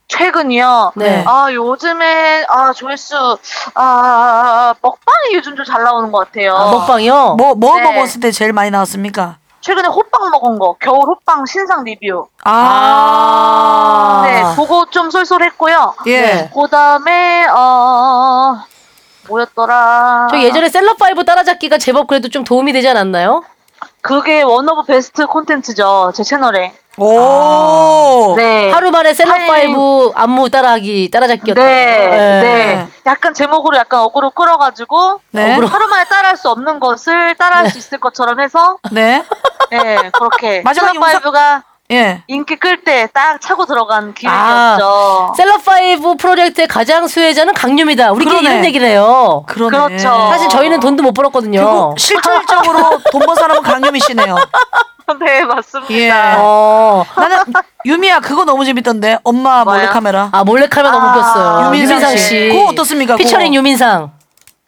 최근이요. 네. 아 요즘에 아 조회수 아 먹방이 요즘 좀 잘 나오는 것 같아요. 뭐, 뭐 네. 먹었을 때 제일 많이 나왔습니까? 최근에 호빵 먹은 거 겨울 호빵 신상 리뷰. 아. 네, 그거 좀 쏠쏠했고요. 예. 네, 그다음에 어 뭐였더라? 저 예전에 셀럽파이브 따라잡기가 제법 그래도 좀 도움이 되지 않았나요? 그게 원 오브 베스트 콘텐츠죠 제 채널에. 오. 네. 하루 만에 셀럽파이브 안무 따라하기 따라잡기였다. 네, 네. 약간 제목으로 약간 어그로 끌어가지고 네. 어그로 하루만에 따라할 수 없는 것을 따라할 수 있을 것처럼 해서 네. 네, 그렇게 마지막 셀럽파이브가 예. 인기 끌 때 딱 차고 들어간 아, 기획이었죠. 셀럽파이브 프로젝트의 가장 수혜자는 강유미다. 우리끼리 그러네. 이런 얘기를 해요. 그러네. 그렇죠. 어. 사실 저희는 돈도 못 벌었거든요. 결국 실질적으로 돈 번 사람은 강유미 씨네요. 네, 맞습니다. 예. 나는 유미야 그거 너무 재밌던데 엄마 몰래 카메라. 아 몰래 카메라 너무 웃겼어요. 유민상, 유민상 씨. 씨. 그거 어떻습니까? 피처링 유민상.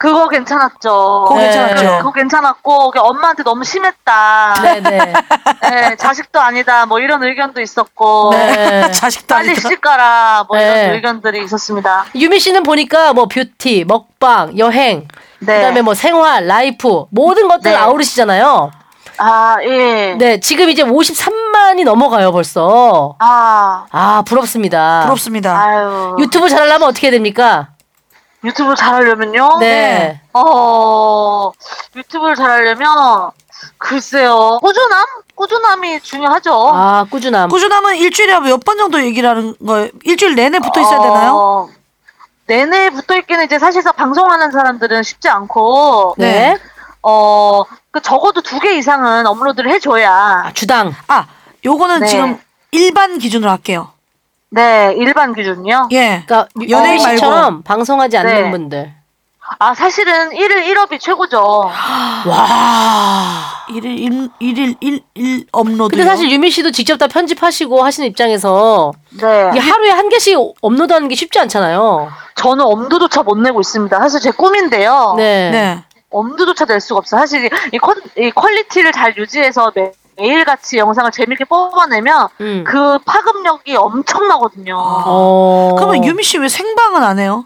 그거 괜찮았죠. 그거 괜찮았죠. 그- 그거 괜찮았고 그게 엄마한테 너무 심했다. 아, 네네. 네, 자식도 아니다. 뭐 이런 의견도 있었고. 네. 자식도 빨리 시집 가라. 뭐 네. 이런 의견들이 있었습니다. 유미 씨는 보니까 뭐 뷰티, 먹방, 여행, 네. 그다음에 뭐 생활, 라이프 모든 것들 아우르시잖아요. 아 예. 네 지금 이제 53만이 넘어가요 벌써. 아. 아 부럽습니다. 부럽습니다. 아유. 유튜브 잘하려면 어떻게 해야 됩니까? 유튜브 잘하려면요? 네. 어, 유튜브를 잘하려면, 글쎄요. 꾸준함? 꾸준함이 중요하죠. 아, 꾸준함. 꾸준함은 일주일에 몇 번 정도 얘기를 하는 거예요? 일주일 내내 붙어 있어야 어, 되나요? 내내 붙어 있기는 이제 사실상 방송하는 사람들은 쉽지 않고. 네. 어, 그 적어도 두 개 이상은 업로드를 해줘야. 주당. 아, 요거는 네. 지금 일반 기준으로 할게요. 네, 일반 기준이요. 예. 그러니까 연예인 유미 씨처럼 말고. 방송하지 않는 네. 분들. 아, 사실은 1일 1업이 최고죠. 와. 일일 일- 일일 일일 업로드. 근데 사실 유미 씨도 직접 다 편집하시고 하시는 입장에서 네. 이게 하루에 한 개씩 업로드하는 게 쉽지 않잖아요. 저는 엄두조차 못 내고 있습니다. 사실 제 꿈인데요. 네. 네. 엄두조차 낼 수가 없어. 사실 이, 이 퀄, 이 퀄리티를 잘 유지해서 매, 일 같이 영상을 재밌게 뽑아내면 음. 그 파급력이 엄청나거든요. 아. 어. 그러면 유미 씨 왜 생방은 안 해요?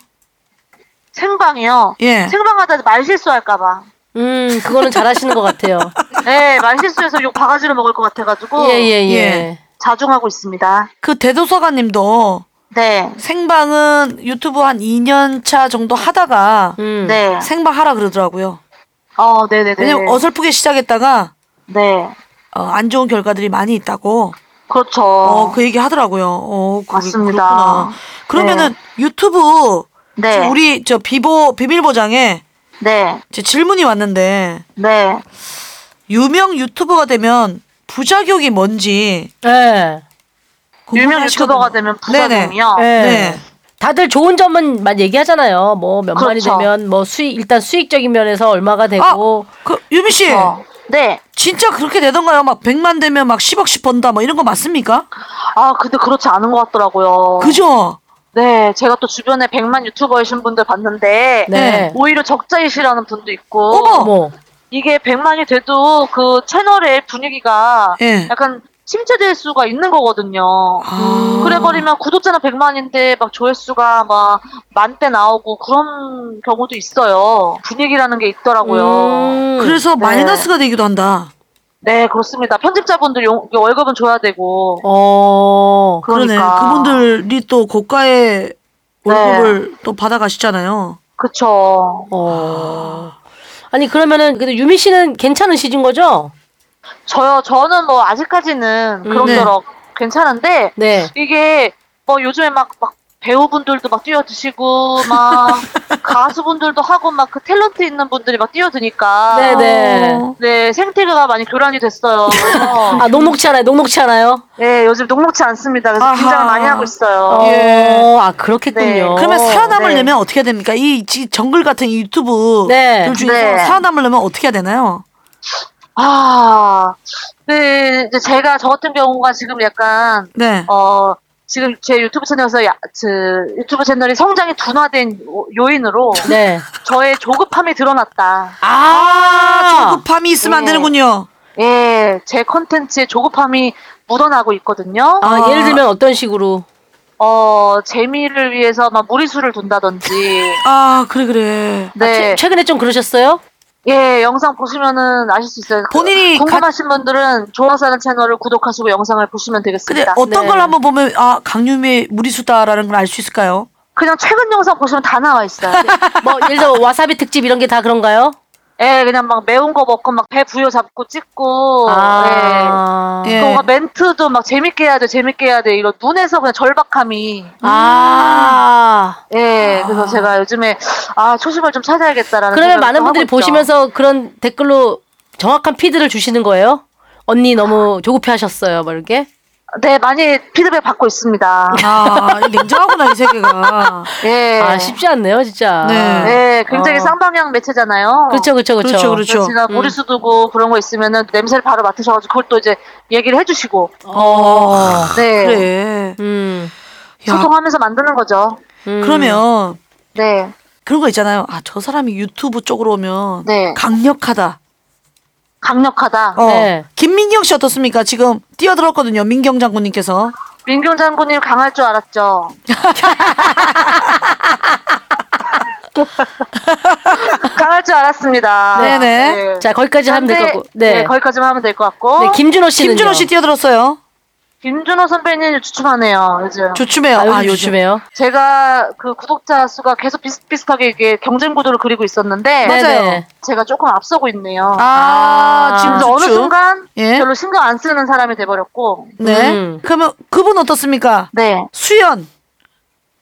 생방이요. 예. 생방하다 말 실수할까봐. 음, 그거는 잘하시는 것 같아요. 네, 말 실수해서 욕 바가지로 먹을 것 같아가지고. 예, 예, 예. 예. 자중하고 있습니다. 그 대도서관님도 네. 생방은 유튜브 한 2년 차 정도 하다가 음. 네. 생방 하라 그러더라고요. 어, 네네네. 음. 왜냐면 어설프게 시작했다가 네. 어, 안 좋은 결과들이 많이 있다고. 그렇죠. 어, 그 얘기 하더라고요. 어, 그, 맞습니다. 그렇구나. 그러면은 유튜브 네. 지금 우리 저 비보 비밀보장에 네. 제 질문이 왔는데 네. 유명 유튜버가 되면 부작용이 뭔지 네. 유명 유튜버가 되면 부작용이요? 네. 네. 다들 좋은 점은 막 얘기하잖아요. 뭐 몇 마리 그렇죠. 되면 뭐 수익 일단 수익적인 면에서 얼마가 되고 아, 그 유미 씨 그렇죠. 네. 진짜 그렇게 되던가요? 막 100만 되면 막 10억씩 번다 뭐 이런 거 맞습니까? 아, 근데 그렇지 않은 것 같더라고요. 그죠? 네, 제가 또 주변에 100만 유튜버이신 분들 봤는데 네. 오히려 적자이시라는 분도 있고 어머. 이게 100만이 돼도 그 채널의 분위기가 예. 아. 약간 침체될 수가 있는 거거든요. 아. 그래버리면 구독자는 100만인데 막 조회수가 막 만대 나오고 그런 경우도 있어요. 분위기라는 게 있더라고요. 음. 그래서 네. 마이너스가 되기도 한다. 네, 그렇습니다. 편집자분들 용- 월급은 줘야 되고. 어, 그러네. 그러니까. 그분들이 또 고가의 월급을 네. 또 받아가시잖아요. 그쵸. 어. 아니 그러면은 그래도 유미 씨는 괜찮으시진 거죠? 저요, 저는 뭐 아직까지는 음, 그런저럭 괜찮은데 네. 이게 뭐 요즘에 막, 막 배우분들도 막 뛰어드시고 막 가수분들도 하고 막 그 탤런트 있는 분들이 막 뛰어드니까 네네. 네, 생태계가 많이 교란이 됐어요. 그래서 아 녹록치 않아요. 녹록치 않아요. 네, 요즘 녹록치 않습니다. 그래서 긴장을 많이 하고 있어요. 어, 아 그렇겠군요. 예. 네. 그러면 살아남을 네. 려면 어떻게 해야 됩니까? 이 지- 정글 같은 이 유튜브 네. 들 중에서 네. 살아남을 려면 어떻게 해야 되나요? 아, 네, 이제 제가 저 같은 경우가 지금 약간 네. 어 지금 제 유튜브 채널에서 야, 그 유튜브 채널이 성장이 둔화된 요- 요인으로 네. 저의 조급함이 드러났다. 아, 조급함이 있으면 안 되는군요. 예, 제 컨텐츠에 조급함이 묻어나고 있거든요. 아 예를 들면 어떤 식으로? 어 재미를 위해서 막 무리수를 둔다든지. 아 그래 그래. 네. 최, 최근에 좀 그러셨어요? 예, 영상 보시면은 아실 수 있어요. 그- 본인이 궁금하신 분들은 좋아서 하는 채널을 구독하시고 영상을 보시면 근데 되겠습니다. 네. 어떤 걸 한번 보면 아 강유미 무리수다라는 걸 알 수 있을까요? 그냥 최근 영상 보시면 다 나와 있어요. 뭐 예를 들어 와사비 특집 이런 게 다 그런가요? 예, 그냥 막 매운 거 먹고 막 배 부여 잡고 찍고. 어, 아. 예. 예. 그 뭔가 멘트도 막 재밌게 해야 돼, 재밌게 해야 돼. 이런 눈에서 그냥 절박함이. 아. 예, 그래서 제가 요즘에 아 초심을 좀 찾아야겠다라는. 그러면 생각을 많은 좀 하고 분들이 있죠. 보시면서 그런 댓글로 정확한 피드를 주시는 거예요? 언니 너무 조급해하셨어요, 막 이렇게? 네, 많이 피드백 받고 있습니다. 아, 냉정하구나 이 세계가. 예. 아 쉽지 않네요, 진짜. 네. 굉장히 어. 쌍방향 매체잖아요. 그렇죠, 그렇죠, 그렇죠. 그렇죠, 그렇죠. 그래서 제가 음. 머리수 두고 그런 거 있으면은 냄새를 바로 맡으셔가지고 그걸 또 이제 얘기를 해주시고. 어. 아, 네. 그래. 음, 소통하면서 만드는 거죠. 음. 그러면 네. 그런 거 있잖아요. 아, 저 사람이 유튜브 쪽으로 오면 네. 강력하다. 강력하다. 어. 김민경 씨 어떻습니까? 지금 뛰어들었거든요. 민경 장군님께서. 민경 장군님 강할 줄 알았죠. 강할 줄 알았습니다. 네네. 자, 거기까지 하면 될 근데, 거고. 네. 거기까지만 어? 하면 될 것 같고. 네, 김준호 씨는요? 김준호 씨 뛰어들었어요. 김준호 선배님 주춤하네요, 요즘. 주춤해요. 아, 요즘 아, 요즘. 주춤해요? 제가 그 구독자 수가 계속 비슷비슷하게 이게 경쟁 구도를 그리고 있었는데. 맞아요. 네네. 제가 조금 앞서고 있네요. 아, 지금 그래서 어느 주춤? 순간 예. 별로 신경 안 쓰는 사람이 돼버렸고. 네. 그러면 그분 어떻습니까? 네. 수연.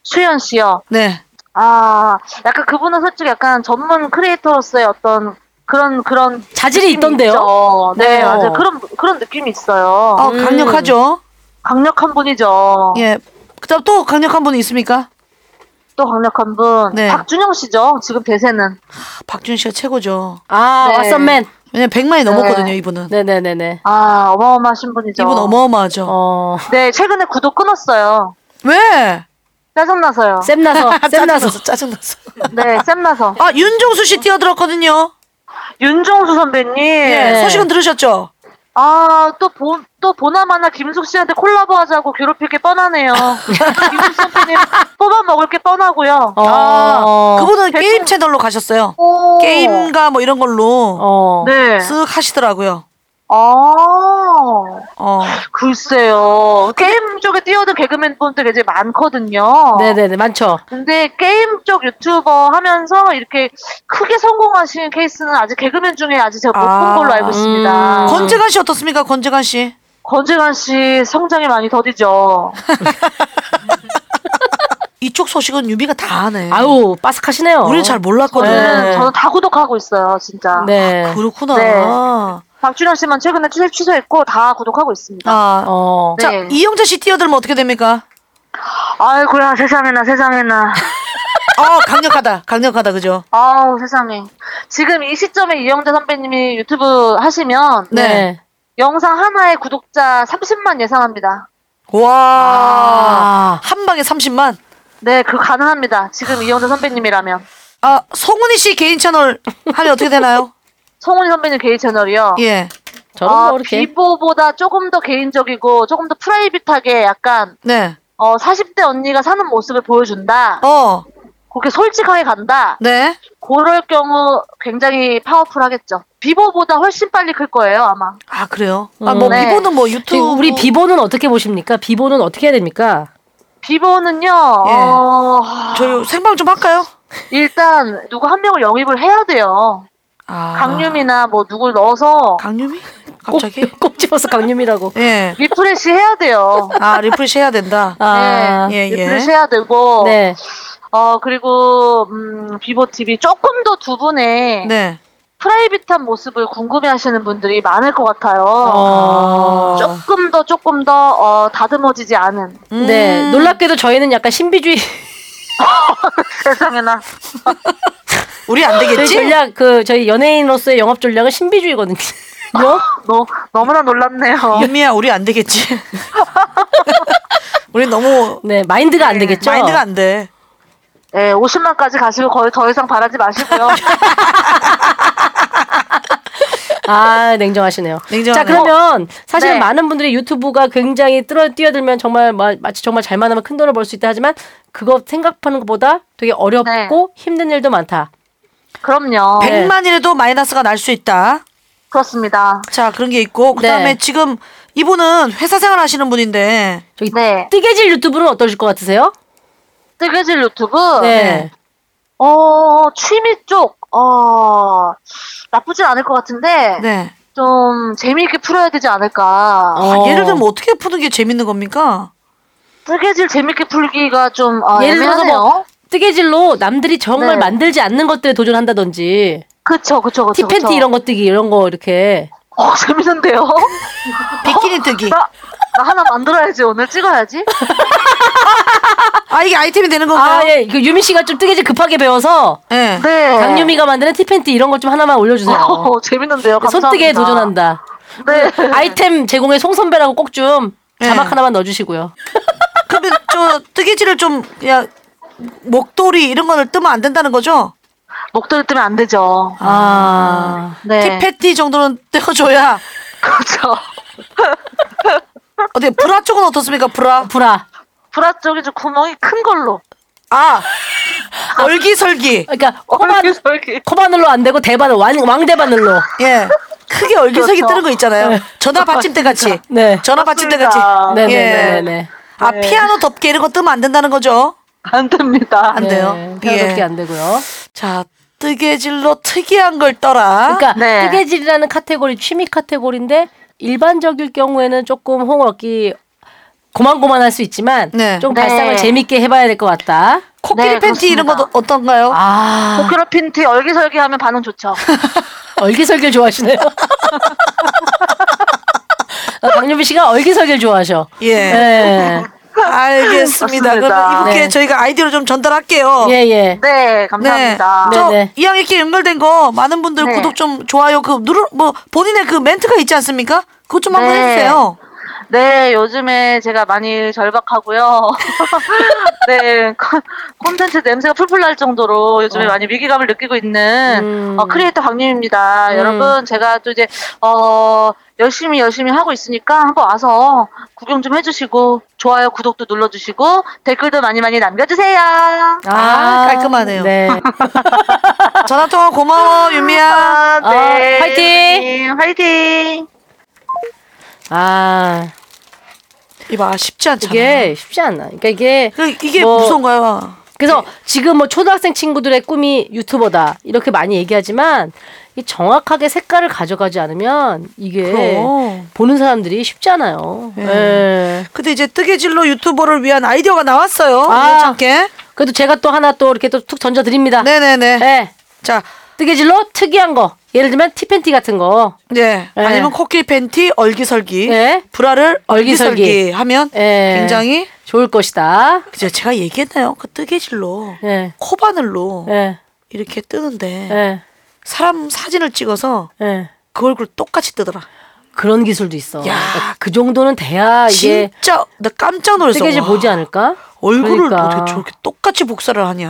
수연 씨요. 네. 아, 약간 그분은 솔직히 약간 전문 크리에이터로서의 어떤 그런 그런 자질이 느낌이 있던데요? 있죠. 네, 어. 맞아요. 그런 그런 느낌이 있어요. 어, 강력하죠. 강력한 분이죠. 예. 그다음 또 강력한 분이 있습니까? 또 강력한 분. 네. 박준영 씨죠. 지금 대세는. 박준 씨가 최고죠. 아, 네. 왓썸맨. 왜냐면 100만이 네. 넘었거든요, 이분은. 네네네네. 아, 어마어마하신 분이죠. 이분 어마어마하죠. 네, 최근에 구독 끊었어요. 왜? 짜증나서요. 아, 짜증나서. 짜증나서. 네, 쌤나서. 아, 윤종수 씨 뛰어들었거든요. 윤종수 선배님. 예, 소식은 들으셨죠? 아, 또, 보, 또 보나마나 김숙 씨한테 콜라보 하자고 괴롭힐 게 뻔하네요. 김숙 선배님 뽑아 먹을 게 뻔하고요. 어, 아, 그분은 게임 채널로 가셨어요. 오. 게임과 뭐 이런 걸로 어. 네. 쓱 하시더라고요. 아, 어. 글쎄요. 게임 쪽에 뛰어든 개그맨 분들 이제 많거든요. 네네네, 많죠. 근데 게임 쪽 유튜버 하면서 이렇게 크게 성공하신 케이스는 아직 개그맨 중에 아직 제가 못 본 걸로 알고 음. 있습니다. 권재관 씨 어떻습니까? 권재관 씨. 권재관 씨 성장이 많이 더디죠. 이쪽 소식은 유비가 다 아네. 아우, 빠삭하시네요. 우린 잘 몰랐거든. 네, 저는, 저는 다 구독하고 있어요, 진짜. 네. 아, 그렇구나. 박준현 씨만 최근에 취, 취소했고 다 구독하고 있습니다. 아, 어. 네. 자, 이영자 씨 뛰어들면 어떻게 됩니까? 아이고야 세상에나 세상에나 어, 강력하다. 강력하다. 그죠? 아우 세상에 지금 이 시점에 이영재 선배님이 유튜브 하시면 네. 영상 하나에 구독자 30만 예상합니다. 아. 와. 한 방에 30만? 네, 그 가능합니다. 지금 이영재 선배님이라면. 아, 송은이 씨 개인 채널 하면 어떻게 되나요? 송은이 선배님 개인 채널이요. 예. 뭐 아, 비보보다 조금 더 개인적이고 조금 더 프라이빗하게 약간 네. 어 40대 언니가 사는 모습을 보여준다. 어. 그렇게 솔직하게 간다. 네. 그럴 경우 굉장히 파워풀하겠죠. 비보보다 훨씬 빨리 클 거예요 아마. 아 그래요? 아, 뭐 네. 비보는 뭐 유튜브- 그리고 우리 비보는 어떻게 보십니까? 비보는 어떻게 해야 됩니까? 비보는요. 예. 어... 저희 생방 좀 할까요? 일단 누구 한 명을 영입을 해야 돼요. 강유미나 뭐 누굴 넣어서 아. 강유미? 갑자기 꼭, 집어서 강유미라고. 예. 리프레시 해야 돼요. 아, 리프레시 해야 된다. 네. 예, 예. 리프레시 해야 되고. 아, 네. 어 그리고 음, 비보 TV 조금 더 두 분의 네. 프라이빗한 모습을 궁금해하시는 분들이 많을 것 같아요. 어. 조금 더 조금 더 어, 다듬어지지 않은. 음. 네. 놀랍게도 저희는 약간 신비주의. 세상에나. 우리 안 되겠지? 저희 전략 그 저희 연예인으로서의 영업 전략은 신비주의거든요. 예? 너 너무나 놀랍네요. 유미야, 우리 안 되겠지? 우리 너무 네 마인드가 안 되겠죠. 마인드가 안 돼. 네, 50만까지 가시고 거의 더 이상 바라지 마시고요. 아 냉정하시네요. 냉정하네요. 어. 자 그러면 사실은 네. 많은 분들이 유튜브가 굉장히 뛰어 뛰어들면 정말 마, 마치 정말 잘만 하면 큰 돈을 벌 수 있다 하지만 그거 생각하는 것보다 되게 어렵고 네. 힘든 일도 많다. 어. 그럼요. 100만이라도 마이너스가 날 수 있다. 그렇습니다. 자, 그런 게 있고 네. 그다음에 지금 이분은 회사 생활 하시는 분인데 저기 네. 뜨개질 유튜브는 어떠실 것 같으세요? 뜨개질 유튜브. 네. 어 취미 쪽. 어 나쁘진 않을 것 같은데. 네. 좀 재미있게 풀어야 되지 않을까. 아, 예를 들면 어떻게 푸는 게 재밌는 겁니까? 뜨개질 재밌게 풀기가 좀 어, 예를 들어서 애매하네요. 뭐 뜨개질로 남들이 정말 네. 만들지 않는 것들에 도전한다든지. 그쵸, 그쵸, 그쵸. 티팬티 그쵸. 이런 거 뜨기 이런 거 이렇게. 어 재밌는데요? 네. 비키니 뜨기. 어? 나, 나 하나 만들어야지 오늘 찍어야지. 아 이게 아이템이 되는 건가요? 아 예, 그 유미 씨가 좀 뜨개질 급하게 배워서 네. 강유미가 만드는 티팬티 이런 것 좀 하나만 올려주세요. 어, 재밌는데요. 감사합니다. 손뜨개에 도전한다. 네. 아이템 제공의 송선배라고 꼭 좀 자막 하나만 넣어주시고요. 그러면 저 뜨개질을 좀 야, 목도리 이런 거를 뜨면 안 된다는 거죠? 목도리 뜨면 안 되죠. 아, 네. 티패티 정도는 떼어줘야. 그렇죠. 어떻게 브라 쪽은 어떻습니까? 브라. 브라. 브라 쪽이 좀 구멍이 큰 걸로. 아. 얼기설기. 그러니까 코바, 코바늘로 안 되고 대바늘 왕, 왕대바늘로. 예. 크게 얼기설기 뜨는 거 있잖아요. 전화 받침대 같이. 그렇죠. 네. 전화 받침대 같이. 맞습니다. 예. 네네네네. 아 피아노 덮개 이런 거 뜨면 안 된다는 거죠? 안 됩니다. 안 돼요. 네, 예. 예. 피아노 덮개 안 되고요. 자 뜨개질로 특이한 걸 떠라. 그러니까 뜨개질이라는 카테고리 취미 카테고리인데 일반적일 경우에는 조금 홍을 얻기 고만고만할 수 있지만 좀 네. 발상을 재밌게 해봐야 될 것 같다. 코끼리 네, 팬티 이런 그렇습니다. 어떤가요? 아 코끼리 핀티 얼기설기 하면 반응 좋죠. 얼기설기를 좋아하시네요. 어, 강유미 씨가 얼기설기를 좋아하셔. 예. 네. 알겠습니다. 그럼 이분께 네. 저희가 아이디어를 좀 전달할게요. 예, 예. 네, 네. 저 이왕 이렇게 연결된 거 많은 분들 네. 구독 좀 좋아요 그 누르 뭐 본인의 그 멘트가 있지 않습니까? 그것 좀 한번 네. 해주세요. 네, 요즘에 제가 많이 절박하고요. 네, 콘- 콘텐츠 냄새가 풀풀 날 정도로 요즘에 많이 위기감을 느끼고 있는 어, 크리에이터 강림입니다. 음. 여러분, 제가 또 이제 어, 열심히 열심히 하고 있으니까 한번 와서 구경 좀 해주시고 좋아요, 구독도 눌러주시고 댓글도 많이 많이 남겨주세요. 아, 깔끔하네요. 네. 전화 통화 고마워 윤미야. 아, 네, 어, 화이팅! 선생님, 화이팅. 아. 이봐 쉽지 않잖아. 이게 쉽지 않아. 그러니까 이게 뭐 이게 무서운가요? 그래서 지금 뭐 초등학생 친구들의 꿈이 유튜버다 이렇게 많이 얘기하지만 이 정확하게 색깔을 가져가지 않으면 이게 그럼. 네. 보는 사람들이 쉽지 않아요. 예. 근데 이제 뜨개질로 유튜버를 위한 아이디어가 나왔어요. 아. 우연찮게. 네. 그래도 제가 또 하나 또 이렇게 또 툭 던져드립니다. 네네네. 아. 네. 자. 뜨개질로 특이한 거. 예를 들면 티팬티 같은 거. 네. 예. 아니면 코끼리 팬티 얼기설기. 예. 브라를 얼기설기. 얼기설기 하면 예. 굉장히 좋을 것이다. 그죠? 제가 얘기했나요? 그 뜨개질로 네. 코바늘로 예. 이렇게 뜨는데 사람 사진을 찍어서 그 얼굴 똑같이 뜨더라. 예. 그런 기술도 있어. 그 정도는 돼야 이게 진짜 나 깜짝 놀랐어. 뜨개질 와, 보지 않을까? 얼굴을 그러니까. 어떻게 저렇게 똑같이 복사를 하냐.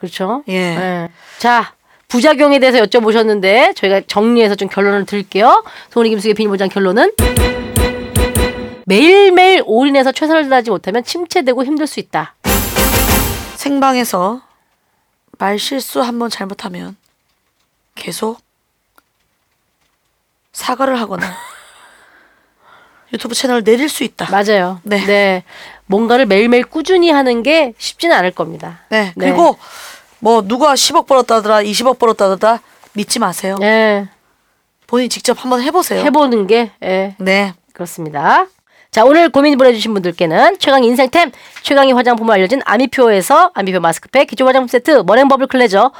그렇죠. 예. 자, 부작용에 대해서 여쭤보셨는데 저희가 정리해서 좀 결론을 드릴게요. 소은이 김숙의 비밀보장 결론은 매일매일 올인해서 최선을 다하지 못하면 침체되고 힘들 수 있다. 생방에서 말 실수 한 번 잘못하면 계속 사과를 하거나 유튜브 채널을 내릴 수 있다. 맞아요. 네. 뭔가를 매일매일 꾸준히 하는 게 쉽지는 않을 겁니다. 네. 그리고 뭐 누가 10억 벌었다더라, 20억 벌었다더라 믿지 마세요. 네. 본인 직접 한번 해보세요. 해보는 게 예. 네. 그렇습니다. 자, 오늘 고민 보내주신 분들께는 최강 인생템, 최강의 화장품을 알려진 아미표에서 아미표 마스크팩, 기초 화장품 세트, 머랭 버블 클레저,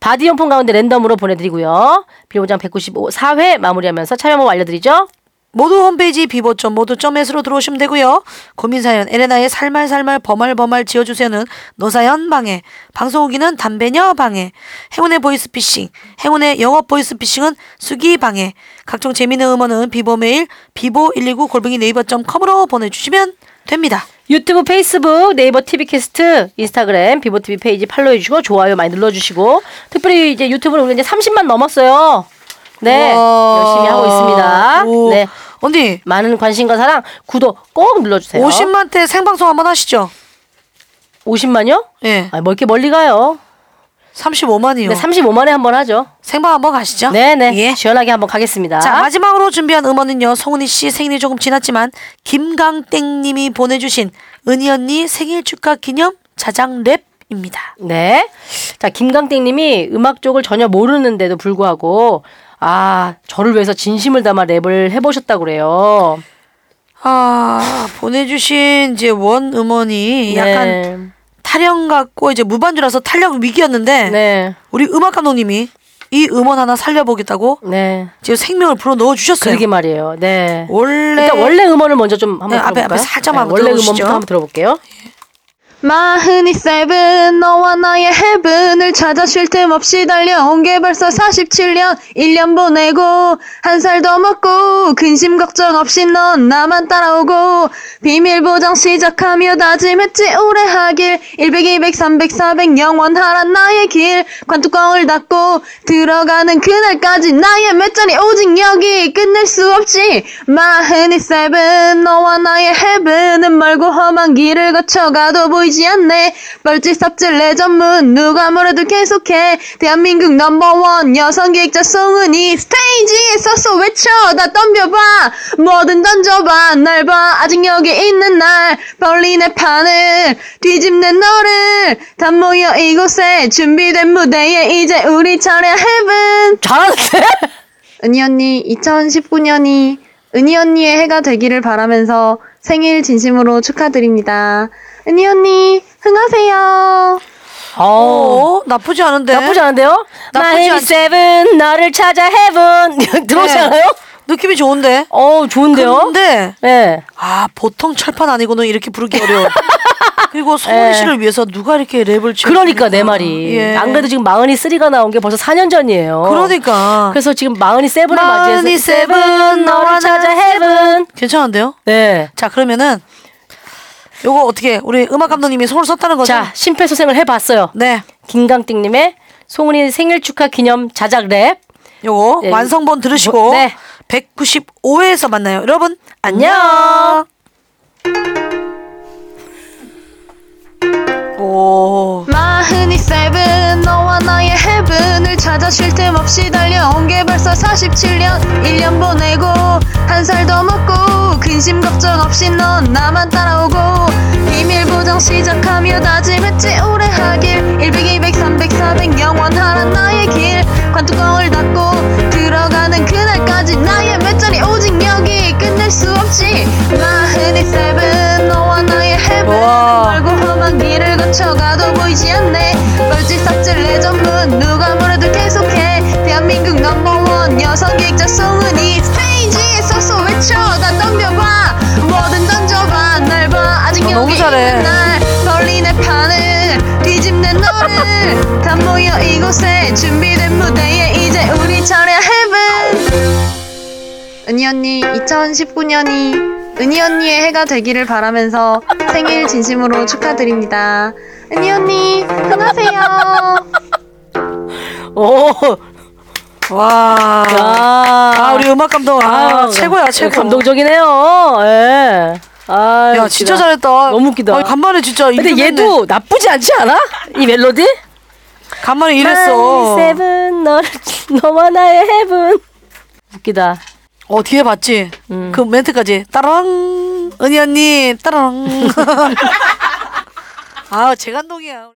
바디용품 가운데 랜덤으로 보내드리고요. 비보장 194회 마무리하면서 참여 모 알려드리죠. 모두 홈페이지 비보점 모두 점에서로 들어오시면 되고요. 고민사연 에레나의 살말살말 버말버말 지어주세요는 노사연 방해 방송 후기는 담배녀 방해 행운의 보이스피싱 행운의 영업 보이스피싱은 수기 방해 각종 재미있는 음원은 비보 메일 비보 119 골뱅이 네이버점컴으로 보내주시면 됩니다. 유튜브, 페이스북, 네이버 TV 캐스트, 인스타그램, 비보 TV 페이지 팔로우해 주시고 좋아요 많이 눌러 주시고 특별히 이제 유튜브는 우리 이제 30만 넘었어요. 네. 우와. 열심히 하고 있습니다. 오. 네. 언니, 많은 관심과 사랑, 구독 꼭 눌러 주세요. 50만 대 생방송 한번 하시죠. 50만요? 예. 아, 뭐 이렇게 멀리 가요? 35만이요. 네, 35만에 한번 하죠. 생방 한번 가시죠. 예. 네네. 시원하게 한번 가겠습니다. 자 마지막으로 준비한 음원은요 송은이 씨 생일이 조금 지났지만 김강땡님이 보내주신 은희 언니 생일 축하 기념 자장 랩입니다. 네. 자, 김강땡님이 음악 쪽을 전혀 모르는데도 불구하고, 아, 저를 위해서 진심을 담아 랩을 해보셨다고 그래요. 아 보내주신 이제 원 네. 음원이 예, 약간 네. 타령 같고 이제 무반주라서 탄력 네. 위기였는데 우리 음악 감독님이 이 음원 하나 살려보겠다고 네. 지금 생명을 불어 넣어 주셨어요. 그러게 말이에요. 네. 원래 일단 원래 음원을 먼저 좀 한번 네, 앞에, 들어볼까요? 앞에 살짝 한번 원래 들어보시죠. 음원부터 한번 들어볼게요. 마흔이 세븐 너와 나의 헤븐을 찾아 쉴 틈 없이 달려온 게 벌써 47년 1년 보내고 한 살 더 먹고 근심 걱정 없이 넌 나만 따라오고 비밀 보장 시작하며 다짐했지 오래 하길 100, 200, 300, 400 영원하란 나의 길 관뚜껑을 닫고 들어가는 그날까지 나의 몇 자리 오직 여기 끝낼 수 없지 마흔이 세븐 너와 나의 헤븐은 멀고 험한 길을 거쳐가도 보이지 않네 벌집 삽질 내 전문 누가 뭐래도 계속해 대한민국 넘버원 여성 기획자 송은이 스테이지에 서서 외쳐 다 덤벼봐 뭐든 던져봐 날 봐 아직 여기 있는 날 벌린 내 판을 뒤집는 너를 다 모여 이곳에 준비된 무대에 이제 우리 차례 헤븐 잘하는데? 은희 언니 2019년이 은희 언니의 해가 되기를 바라면서 생일 진심으로 축하드립니다. 은희 언니 흥하세요. 오, 나쁘지 않은데. 어, 나쁘지 않은데요? 어, 네. 나쁘지 마흔이 않- 세븐, 너를 찾아 헤븐. 들어오지 네. 않아요? 느낌이 좋은데. 어, 좋은데요? 근데 네. 아 보통 철판 아니고는 이렇게 부르기 어려워. 그리고 송은 예. 씨를 위해서 누가 이렇게 랩을 지어? 그러니까 내 말이. 예. 안 그래도 지금 마흔이 쓰리가 나온 게 벌써 4년 전이에요. 그러니까. 그래서 지금 마흔이 세븐을 맞이해서 마흔이 세븐 너와 찾아 헤븐. 괜찮은데요? 네. 자 그러면은 요거 어떻게 우리 음악 감독님이 손을 썼다는 거죠? 자, 심폐소생을 해봤어요. 네. 김강띵님의 송은이 생일 축하 기념 자작 랩. 요거 네. 완성본 들으시고 뭐, 네. 195회에서 만나요. 여러분 안녕. 안녕. 오. 마흔이 세븐 너와 나의 헤븐을 찾아 쉴 틈 없이 달려온 게 벌써 47년 1년 보내고 한 살 더 먹고 근심 걱정 없이 넌 나만 따라오고 비밀 보장 시작하며 다짐했지 오래 하길 100, 200, 300, 400 영원하란 나의 길 관뚜껑을 닫고 들어가는 그날까지 나의 몇 자리 오직 여기 끝낼 수 없지 마흔이 세븐 너와 나의 헤븐 멀고 험한 길을 거쳐가도 보이지 않네 멀지 삽질 내 전문 누가 뭐래도 계속해 대한민국 넘버원 언니 2019년이 은희 언니의 해가 되기를 바라면서 생일 진심으로 축하드립니다. 은희 언니 건강하세요. 오. 와. 아, 우리 음악 감독. 아, 최고야, 최고. 감동적이네요. 예. 아, 야, 진짜 잘했다. 너무 웃기다. 아, 간만에 진짜 근데 이름 얘도 했네. 나쁘지 않지 않아? 이 멜로디? 간만에 이랬어. 세븐 너를 너와 나의 헤븐. 웃기다. 어, 뒤에 봤지? 그 멘트까지. 따랑. 은희 언니, 따랑. 아, 재간동이야.